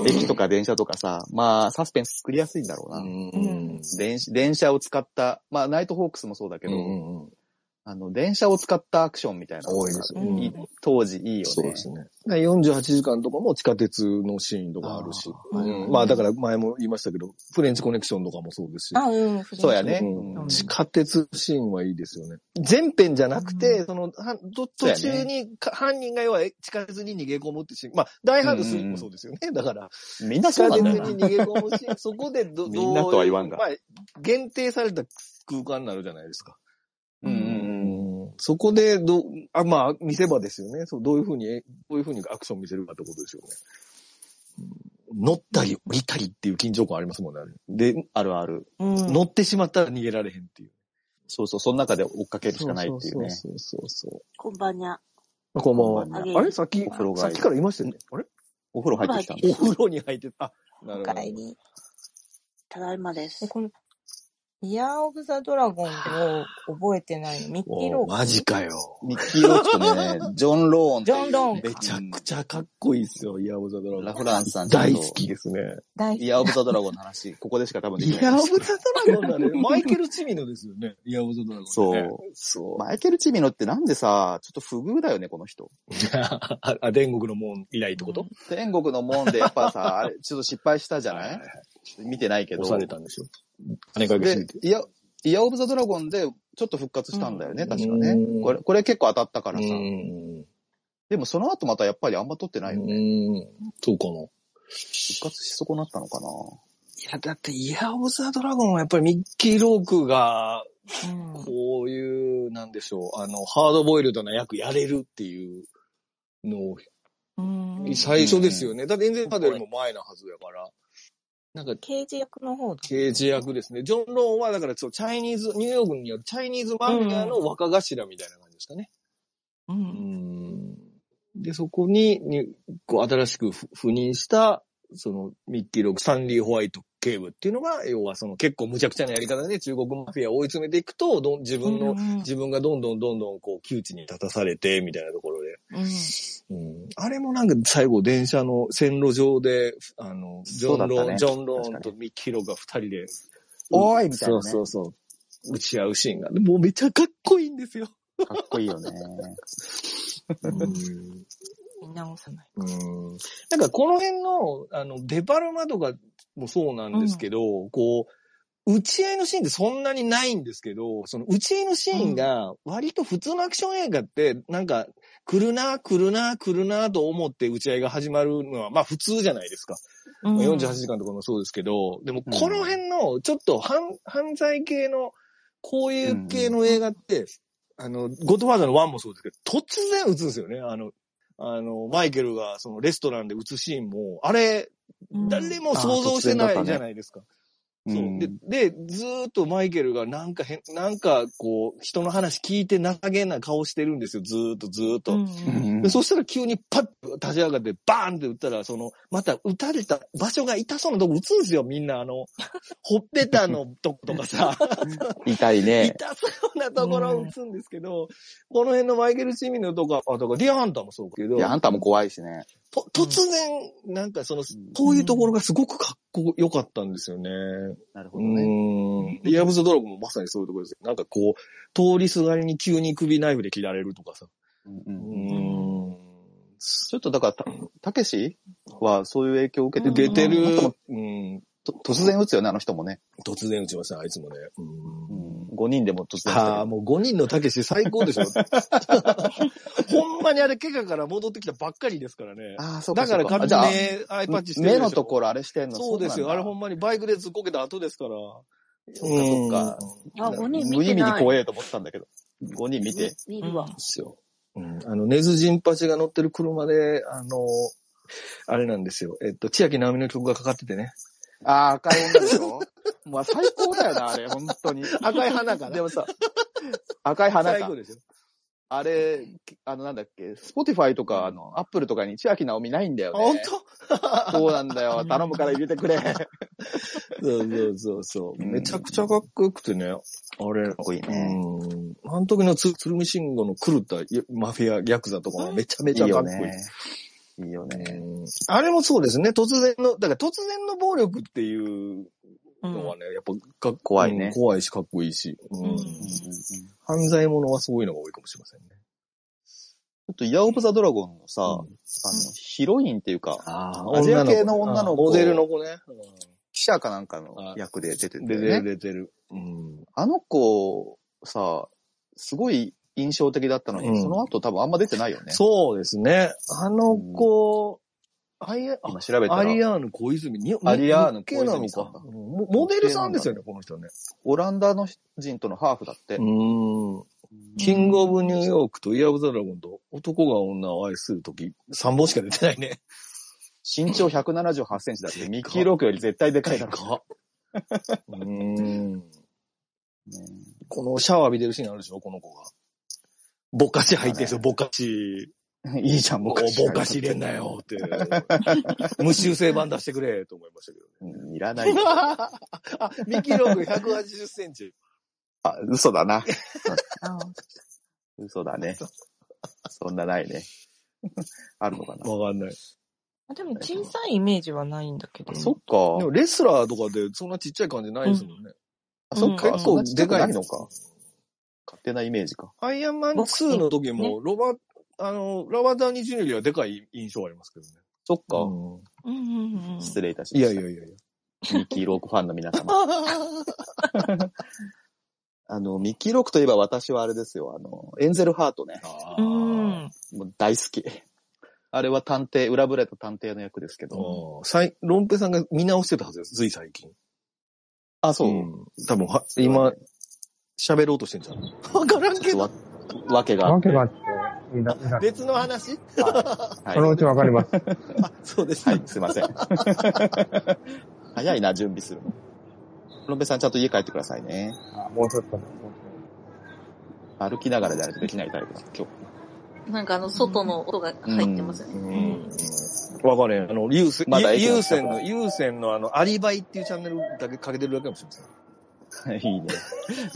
駅とか電車とかさ、まあ、サスペンス作りやすいんだろうな。
うん
うん
電電車を使った、まあ、ナイトホークスもそうだけ
け
ど、
ど、
あの、電車を使ったアクションみたいなのが
多いです
うん
い当時いいよね。
そうですね。48時間とかも地下鉄のシーンとかあるし。
あー
うんまあだから前も言いましたけど、フレンチコネクションとかもそうですし。
あ、うん、フレンチ
そうやね
うん
うん
地下鉄シーンはいいですよね。全編じゃなくて、その、は
そ
ど
う
途
やね
中にか、犯人が要は地下鉄に逃げ込むってシーン。まあ、ダイハード3もそうですよね。だから、
みんな
地
そう
下
な
鉄
んだよな。
に逃げ込むシ ーン、そこでど、
みんなとは言わんが
どういうまあ、限定された空間になるじゃないですか。
うんうんうん。
そこで、どう、あ、まあ、見せ場ですよね。そう、どういうふうに、えどういうふうにアクション見せるかってことですよね。うん乗ったり降りたりっていう緊張感ありますもんね。あれで、
あるある。
うん
乗ってしまったら逃げられへんっていう。
そうそう、その中で追っかけるしかないっていうね。
そうそうそうそう
こんばんにゃ。
そう。こんばん
こんば
は
ん
に。ゃ
あれさっき
お風呂、帰り
さっきからいましたよね。あれ
お風呂入ってきたん
お
だ。
風呂に入ってた。あ、なる
お
ほ
か
ど。
えり。
ただいまで
え、
す。
この、イヤー・オブ・ザ・ドラゴンを覚えてないの。ミッキー・ロー
おー
ガン
マジかよ。
ミッキー・ロックとね、 ジョン・ローンっていうね、
ジョンローン
めちゃくちゃかっこいいですよ、イヤーオブザドラ
う
ゴ
ん
ン。
ラフランスさんちょっと
大好きですね。
大好
イ
き。
ヤー・オブ・ザ・ドラゴンの話、ここでしか多分でき
イ
ない。
ヤーオブザドラゴンだね。マイケル・チミノですよね。イヤーオブザドラゴン、ね。
そう。
そう。
マイケル・チミノってなんでさ、ちょっと不遇だよね、この人。
あ、天国の門以来ってこと、
天国の門でやっぱさ、あれ、ちょっと失敗したじゃない見てないけど。
押されたんでしょ。金かけす
で
ぎて。、
イヤ、イヤー・オブ・ザ・ドラゴンでちょっと復活したんだよね、
うん
確かね
うん。
これ、これ結構当たったからさ。
ん。
でもその後またやっぱりあんま撮ってないよね。
うん。そうかも。
復活し損なったのかな。
いや、だって、イヤーオブザドラゴンはやっぱりミッキー・ロークが、
うん
こういう、なんでしょう、あの、ハードボイルドな役やれるっていうのを
うん
最初ですよね。だって全然までよりも前なはずやから。なんか、
刑事役の方だ。
刑事役ですね。ジョン・ローンは、だから、そう、チャイニーズ、ニューヨークにあるチャイニーズマフィアの若頭みたいな感じですかね。
う。
うんん。で、そこに、にこう、新しくふ赴任した、その、ミッキー・ロック、サンリー・ホワイト警部っていうのが、要はその結構無茶苦茶なやり方で中国マフィアを追い詰めていくと、どん自分の、
うん
自分がどんどんどんどん、こう、窮地に立たされて、みたいなところで。うんあれもなんか最後電車の線路上で、あの、ジョン・
そうだ
ロ
った
ーン、
ね
ジョン・ローン
確か
とミッキー・ローが二人で、
おーいみたいなね
そうそうそう。打ち合うシーンが。もうめっちゃかっこいいんですよ。
かっこいい よね。
うん。
見直さない。
なんかこの辺の、あの、デパルマとかもそうなんですけど、こう、打ち合いのシーンってそんなにないんですけど、その打ち合いのシーンが割と普通のアクション映画って、なんか、来るな、来るな、来るなと思って打ち合いが始まるのは、まあ普通じゃないですか。まあ48時間とかもそうですけど、でも
うん
この辺のちょっと犯,、犯罪系の、こういう系の映画って、あの、ゴッドファーザーの1もそうですけど、突然撃つんですよね。あの、あの、マイケルがそのレストランで撃つシーンも、あれ、
うん
誰も想像してな
あー突然だった
い
ね
じゃないですか。
う
そ
ん
う。で、で、ずーっとマイケルがなんか変、なんかこう、人の話聞いて情けな顔してるんですよ。ずーっとずーっと。
うん
でそしたら急にパッと立ち上がって、バーンって撃ったら、その、また撃たれた場所が痛そうなとこ撃つんですよ、みんな。あの、ほっぺたのとことかさ、
痛いね。
痛そうなところを撃つんですけど、この辺のマイケル・チミノとか、あとか、ディアハンターもそうだけど
い、や、あんたも怖いしね。
と突然、なんかその、こういうところがすごくかっこよかったんですよね。
なるほ
う
どね。
ん。イヤブズドラゴンもまさにそういうところですよ。なんかこう、通りすがりに急に首ナイフで切られるとかさ。
うんうんうん
うん。
ちょっとだからた、たけしはそういう影響を受けて
出
のか
て
な
る
あんたも、
うん、
と突然打つよね、あの人もね。
突然打ちました、あいつもね。う。
うんん、5人でも突然打った
あ
け
あ、
ど
もう5人のたけし最高でしょ。 ほんまにあれ、怪我から戻ってきたばっかりですからね。
ああ、そうか
だ
そ
か
う
ら
か。
完
じゃあ、
全にアイパッチしてるでし
目
ょ
のところあれしてんの
そうですよ。あれほ
ん
んまにバイクで突っこけた後ですから。
そっかそっか。
あ、5
無
人見
意
て
味に
ない。
怖えと思ったんだけど。5人見て。
見るわ。
ですよ。うん、あの、ネズジンパチが乗ってる車で、あの、あれなんですよ。えっと、千秋直美の曲がかかっててね。
ああ、赤い 女でしょまあ最高だよな、あれ、本当に。
赤い花か
で
な。
もさ、 赤い花
最
か
高。ですよ。
あれ、あの、なんだっけ、スポティファイとか、あの、アップルとかに千秋直美ないんだよ
あ、
ね。
本当
そうなんだ よ。頼むから入れてくれ。
そうそうそうそう。
うん
めちゃくちゃかっこよくてね、あれ。かっ
こいいね
うん。あの時のつ鶴見慎吾の狂ったマフィア、ヤクザとかもめちゃめ
い
ちゃ
い
か
よ
っこいい。
ね。いいよね。
うんあれもそうですね。突然の、だから突然の暴力っていうのはね、やっぱかっ
怖いね
うん怖いし、かっこいいし。うん
うん
うんうんうん
犯罪者はそういうのが多いかもしれませんね。
ょっと、ヤオブザドラゴンのさ、
うん
あの、ヒロインっていうか、
あ
アジア系の女の子
モデルの子ね。
記者かなんかの役で出て
う
て、
ん
ね
出てる出てる。うん。
あの子、さ、すごい印象的だったのに、
うん
その後多分あんま出てないよね。
そうですね。あの子、あいあ
今調べた
アリ
ら、
アーヌ小泉。に
アリアーヌ小泉
日系なのか
さん
うんモモデルさんですよね、この人ね。
オランダの人とのハーフだって。
うん。キングオブニューヨークとイヤーオブザドラゴンと男が女を愛するとき、3本しか出てないね。
身長178センチだって、ミッキー・
でか
ロークより絶対でかいだろ
か。うん。
うね。
このシャワー浴びてるシーンあるでしょ、この子が。ぼっかし入ってるんですよ、ぼっかし。
いいじゃん、
ぼっ
僕
かし入れんなよ って。無修正版出してくれ、と思いましたけどね。
うんいらないよ。
あ、ミキローク180センチ。
あ、嘘だな。
あ
嘘だね。そんなないね。あるのかな。
わかんない。
あでも小さいイメージはないんだけど。
そっ
で
か
も。レスラーとかでそんなちっちゃい感じないですもんね。
あそっか。
うん
結構
そんな
で
近く
か
ないいのか。。勝手なイメージか。
アイアンマン
ボクシング
2の時も、
ね
ロバ、あの、ラバーダーニジュニアよりはでかい印象ありますけどね。
そっか。
うん
うんうんうん。
失礼いたしまし
いや
た。
いやいやいや。
ミッキー・ロークファンの皆様。 あの、ミッキー・ロークといえば私はあれですよ。あの、エンゼル・ハートね。
あ
う
ー
ん。
もう大好き。あれは探偵、裏ぶれた探偵の役ですけど。
あー。さいロンペさんが見直してたはずです、つい最近。
あ、そう。
ん。多分は、
れは
今、喋ろうとしてんじゃん。わからん
ち
け
ょ
ど。
っとわ、わけが
わ
あっ
け
て。
があ
は
って、いらいら
別の話
い。はい
そのうちわかります。
あ、そうですか。
はい、すいません。早いな、準備するの。ロンペさん、ちゃんと家帰ってくださいね。
あもうちょっと。もう
歩きながらじゃないとできないタイプだ、今日。
なんかあの、外の音が入ってますよ
う
ね。
ん。わかれん。あの、優先、
まだ駅の
優先の、優先のあの、アリバイっていうチャンネルだけかけてるだけかもしれません。
はいいいね。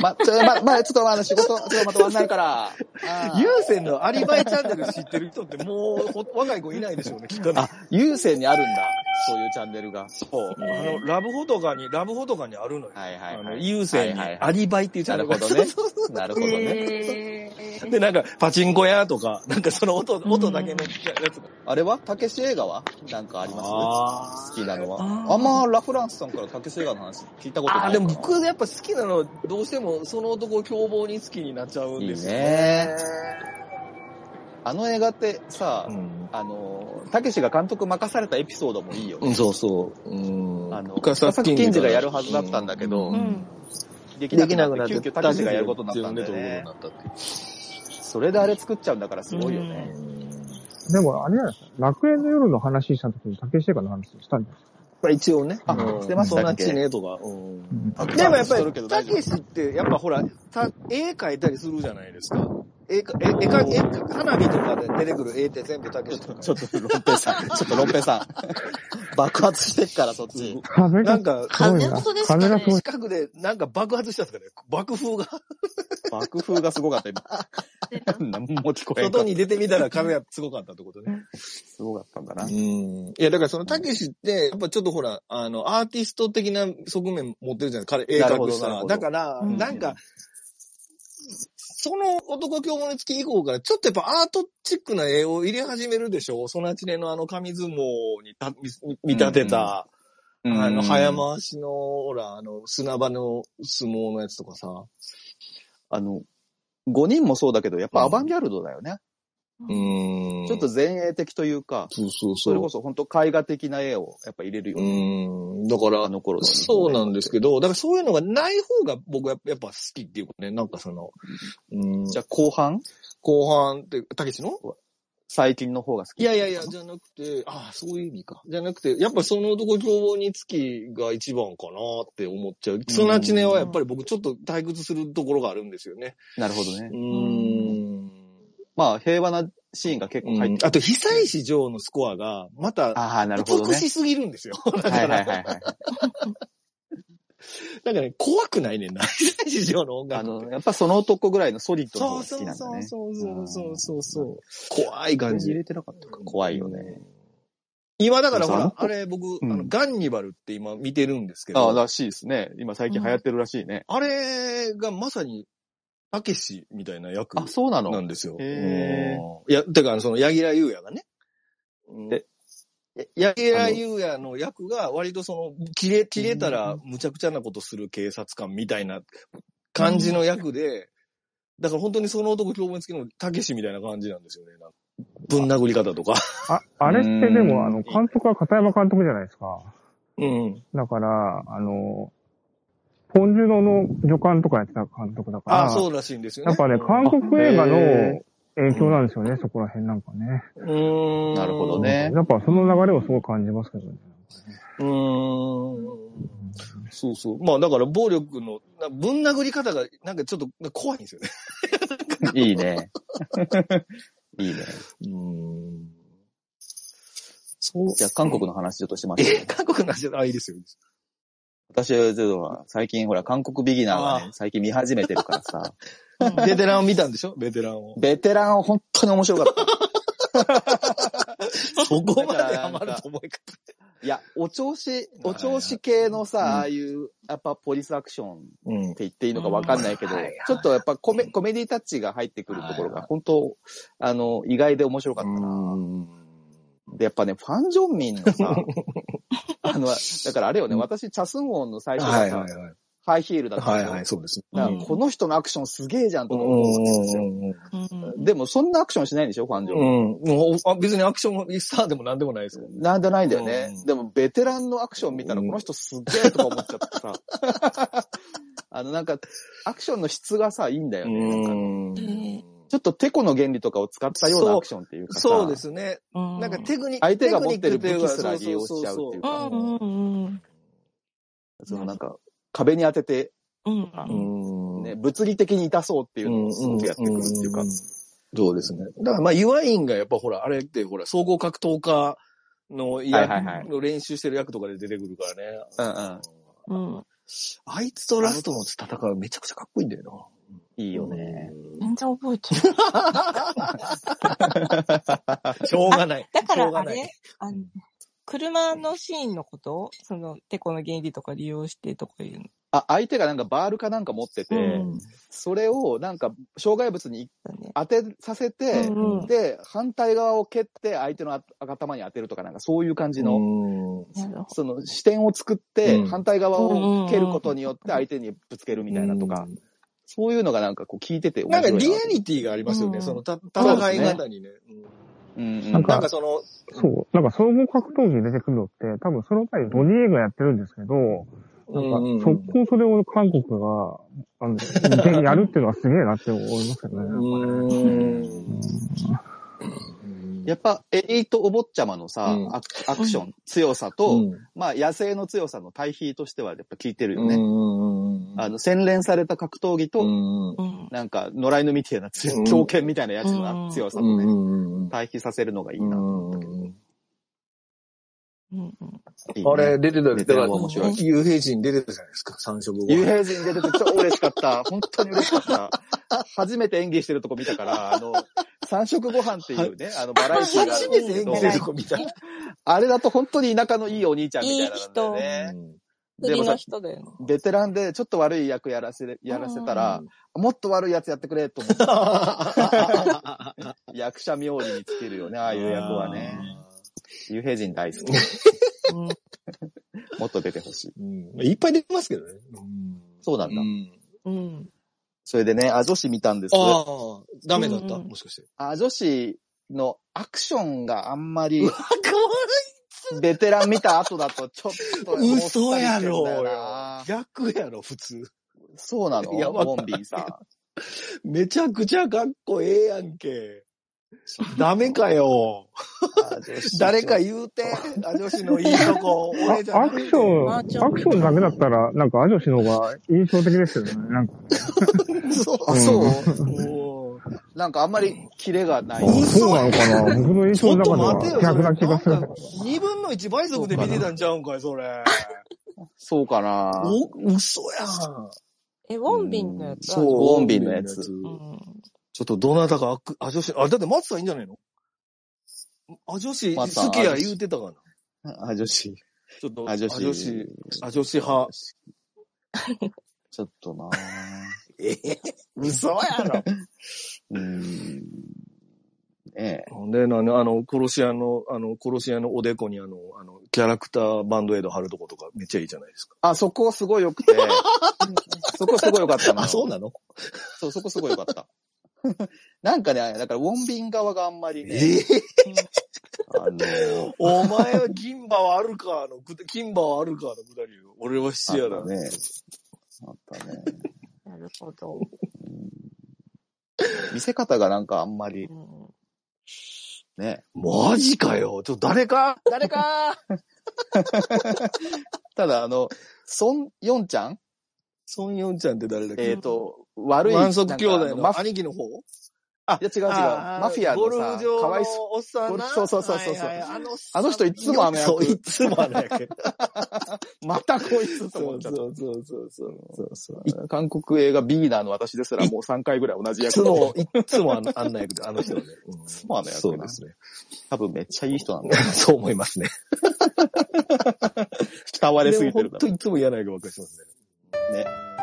ま、ちょ、ま、ま、ちょっと、あの、仕事、ちょっとまた終わんないから。あー
優先のアリバイチャンネル知ってる人ってもうほ、若い子いないでしょうね、きっとね。
あ、優先にあるんだ。そういうチャンネルが。
そう。あの、ラブホとかに、ラブホとかにあるのよ。
はいはい
あ
は
の、
い。
優先に
はいはい
アリバイっていうチャンネルが
なるほどね
そうそうそう
なるほどね。
えー
で、なんか、パチンコ屋とか、なんかその音、音だけ
うん
のやつが
あれはたけし映画はなんかあります
あ
好きなのは。
あー
あんまラフランスさんからたけし映画の話聞いたこと
あ
な
あ、
い
で
か
も
ら。
僕やっぱ好きなのは、どうしてもその男を凶暴に好きになっちゃうん
いい
ですよ
ね。あの映画ってさ、
うん
あの、たけしが監督任されたエピソードもいいよね。
うん、そうそう。うん。
あの
深
深
作
作
金
金
次
次
が
が
や
や
る
る
は
は
ず
ず
だ
だ
っ
ったた
ん
ん
だ
だ
け
け
ど、
ど
うん
でき
で
な
き
く
な
な
くな
っ、
ってて、
急遽たけしがやることになったんだよね。それであれ作っちゃうんだからすごいよね。
でも、あれじゃないですか。楽園の夜の話した時に竹下がの話したんです
まあ一応ね。
あしてましたっけ
そんなちねとか。うん
か。
でもやっぱ
しとるけ
り、
ど
た
大丈夫
けしって、やっぱほら、た絵描いたりするじゃないですか。絵か、絵、絵か、絵か、花火とかで出てくる絵って全部たけしとか。
ちょっと、ロンペイさ ん、ちょっとロンペイさん。爆発してっから、そっち。
風
な
が
ん、か、
すごい
風の
な。
音ですか
風が
ね
すごい。
近くでなんか爆発したんですかね。爆風が。
爆風がすごかった、今。
なんか
何も聞こえんか
外
った
に出てみたら風がすごかったってことね。
すごかったんだな。
うん。いや、だからその、たけしって、やっぱちょっとほら、あの、アーティスト的な側面持ってるじゃない彼、絵
なるほ
描く
ど
した
なる
ら。
ほど
だから、
うん
なんか、その男教本につき以降から、ちょっとやっぱアートチックな絵を入れ始めるでしょソナチネのあの紙相撲にた見見立てた、あの、早
うん
回しの、ほら、あの、砂場の相撲のやつとかさ。
あの、5人もそうだけど、やっぱアバンギャルドだよね。
うん
ちょっと、前衛的というか、
そうそうそう。
それこそ本当絵画的な絵をやっぱ入れるよね。
うん。だから
あ、の頃の日
そ
本
う
ね。
なんですけど、だからそういうのがない方が僕はやっぱ好きっていうかね、なんかその、うん、
じ
じ
ゃ
ゃ
あ後半
後半って、たけしの
最近の方が好き
いやいやいや、じゃなくて、ああ、そういう意味か。じゃなくて、やっぱその男凶暴につきが一番かなって思っちゃう。そのちねはやっぱり僕ちょっと退屈するところがあるんですよね。
なるほどね
う。ん。
まあ平和なシーンが結構入ってくる
あと、被災市場のスコアが、また、
ああ、なるほど
美
ね。
しすぎるんですよ。
は
だか
いは
ら
い、はいはい。
なんかね、怖くないねんな。被災市場の音楽
あ
って。
の、やっぱその男ぐらいのソリッドの方
そう
が好
そ
き
う
なんだ
そう
ね。
そうそうそう
う
そう。怖い感
全然
じ
入。れてなかったか。怖いよね。
今だから
そ
ほ
うあ
ら
の、
あれ僕、
うん
あの、ガンニバルって今見てるんですけ
ああ、
ど、
らしいですね。今最近流行ってるらしいね。
あれがまさにたけしみたいな役
あ、そうなの
なんですよ。
へ
うんいや、てか、その、柳楽優也がね。
で
や柳楽優也の役が割とその、切れ、切れたらむちゃくちゃなことする警察官みたいな感じの役で、だから本当にその男共演付きのたけしみたいな感じなんですよね。なんかぶん殴り方とか。
あ、あれってで
うーん
も、あの、監督は片山監督じゃないですか。
うん。
だから、あの、ポンジュノの助監とかやってた監督だか
あ
ら、
あ、そうらしいんですよね。
やっぱね、韓国映画の影響なんですよね、そこら辺なんかね。
うーん。
なるほどね
やっぱその流れをすごい感じますけどね。
うーん。そうそう。まあだから暴力の、なぶん殴り方がなんかちょっと怖いんですよね。
いい ね。いいね。
うん。そう。
じゃあ、韓国の話ちょっとしましょう
え、韓国の話あ、いいですよ。いいです
私は、ちょっとほら最近ほら、韓国ビギナーが
あ
ね、最近見始めてるからさ、
よベテランを見たんでしょベテランを。
ベテランは本当に面白かった。
そこまでハマると思いかっ
いや、お調 子、
は
お
い
調子系のさ、
うん
ああいう、やっぱポリスアクションって
た。うん。
言っていいのかわかんないけど、
うんはいはい
ちょっとやっぱコメコメディタッチが入ってくるところ
はいは
が、本当、あの、意外で面白かったな。で、やっぱね、ファン・ジョンミンの さ、あの、だからあれよね、
うん
私、チャスンウォンの最初
は
が
い
さ、
はいはい。
ハイヒールだった
は
け
い
ど、
はい、そうです。
だからこの人のアクションすげえじゃんと
う
か思うんですよ。
ん。
うん
でも、そんなアクションしないんでしょ、ファン・ジョンミン。
うん。もうあ別にアクションスターでも何でもないですけど。
なんでないんだよね。
うん
でも、ベテランのアクション見たら、
うん
この人すっげえとか思っちゃってさ。 あの、なんか、アクションの質がさ、いいんだよね。なんか
ん。
ちょっとテコの原理とかを使ったようなアクションっていうかさ。
そうですね。
うん
なんかテクニック。
相手が持っ
テ
て
クニ
る
ッ
武器
クというか
すら利用しちゃうってい
う
うか、
んうんうん
そのなんか、壁に当てて、
うん
あ
う
の
ん
ね、物理的に痛そうっていうのをすごくやってくるっていうか
んん。んそうですね。だからまあ、ユワインがやっぱほら、あれってほら、総合格闘家の役、
はいはいはい
の練習してる役とかで出てくるからね。
うんうん
うん
あいつとラストの戦うめちゃくちゃかっこいいんだよ
いい
な。
よね。
全然覚えてない。
しょうが ない。
だか
しょ
ら
う、
あ
がない
れあの、車のシーンのことその、てこの原理とか利用してとかいうの。
あ、相手がなんかバールかなんか持ってて、
うん
それをなんか障害物に
だね。
当てさせて、
うんうん
で、反対側を蹴って相手のあ頭に当てるとかなんかそういう感じの、
うん
なるほ
その視点を作って、
うん
反対側を蹴ることによって相手にぶつけるみたいなとか、。そういうのがなんかこう聞いてて面
なんか
白いな
リアリティがありますよね。
うん
そのた戦い方にね。
うんうん、
うん
な
なんん
か
かその、
そう。なんか総合格闘技に出てくるのって、多分その前にドニー映画やってるんですけど、なんか
うんうんうん
速攻それを韓国が、あの、でやるっていうのはすげえなって思いますけどね。なんかね
うん
やっぱエリートお坊ちゃまのさ、
うん
アクアクション、強さと、まあ野生の強さの対比としてはやっぱ聞いてるよ
う
ね。
ん
あの、洗練された格闘技と、
うん
うんうん
なんか野良犬みたいな強い
うん
狂犬みたいなやつの
うん
強さ
う
とね、
んうん
対比させるのがいいなと思ったけど。
うん
いいね
あれ、出てた
ベ
だ
テ
か
ラ
ら
ンは面白い。
幽閉人出てたじゃないですか、三色後。
幽閉人出てて超嬉しかった。 本当に嬉しかった。初めて演技してるとこ見たから、あの、三食ご飯っていうね、あの、バラエティーがある
初
んで
め
す
て
け
演
ど
技、してるとこ見た。
あれだと本当に田舎のいいお兄ちゃんみたいなのなんだよね。で
次
もさ
の、人だよね。
ベテランでちょっと悪い役やらせ、やらせたら、もっと悪いやつやってくれと思 って、役者冥利に尽きるよね、ああいう役はね。幽閉人大好き。
うん
もっと出てほしい。
うんいっぱい出てますけどね。
そうなんだ。
ん。
うん
それでね、あ、女子見たんです。
ああ、ダメだっ
うん
た
うん
もしかして。
あ、女子のアクションがあんまり、ベテラン見た後だとちょっと、
嘘や
もっさりしてん
ろう
だよ
よ
な。
逆やろ、普通。
そうなの
やばか
ボ
った
ンビーさ
めちゃくちゃかっこええやんけ。ダメかよ。
ん。
誰か
い
言うて、あ女子のいいとこ、俺じゃな
あア
く
ク
て
ション、
マ
ア
ー
ク
チ
シ
ャン
ョンだけだったら、なんかアジョシの方が印象的ですよね。なんか、
そう
あ、そう
おー
なんかあんまりキレがない。
嘘
そうなのかな僕の印
ちょ
象
っ
の
と
中
待
で
て
は
よ、そ
逆
れ。
な
なん
気がするん
か
だけど、
二分の一倍速で見てたんちゃうんかい、それ。
そうかな
お、嘘やん。
え、ウォンビンのやつある
そう、
ボンビンのやつ
うん
ちょっとどなたか、あく、あ、女子、あ、だって松さんいいんじゃないのあ、女子、
松さん
好きや言うてたかな。
あ、女子。
ちょっと、
あ、女子。
あ、女子、あ、女子派。
ちょっとなぁ
え嘘やろ。
うーん。ねえ。
ほんで、なあの、あの殺し屋の、あの、殺し屋のおでこにあの、あの、キャラクターバンドエイド貼るとことかめっちゃいいじゃないですか。
あ、そこすごい良く て、そこすごい良かったな。
あ、そうなの
そう、そこすごい良かった。 なんかね、だから、ウォンビン側があんまりね、
ええ
あの、
お前は銀歯はあるかのくだ、金歯はあるかのくだりよ。俺は質屋
あ
だ
った。ね。あったね。
なるほど。
うん見せ方がなんかあんまり
うん
ね。
マジかよ。ちょ、誰か誰か
ただ、あの、ソン・ヨンちゃん
ソンヨンちゃんって誰だっけ、
えっ、と、悪い。
満足兄弟
なん
の
かあマフ
兄貴の方
いや違う違う。マフィア
ゴ
の
ル
さ、
フ場
かわいそう。
のおっさんな。
そうそうそうそうそう
はいはいあのおっさ
あ
ん
の人いつも雨役
そういつも雨 役。
またこいつと
そ
思っ
う
ちゃっ
そ
た。
うそうそうそうそう。い
韓国映画ビーナーの私ですらもう3回ぐらい同じ役
つ
を
も、いつもあんあんな役で、あの人はね。うん
つもあの役な
そうですね。
多分めっちゃいい人なんだよ
そう思いますね。
慕われすぎてるだ
本当
ろ
いつも嫌な役ばっかりしてますね。
うね。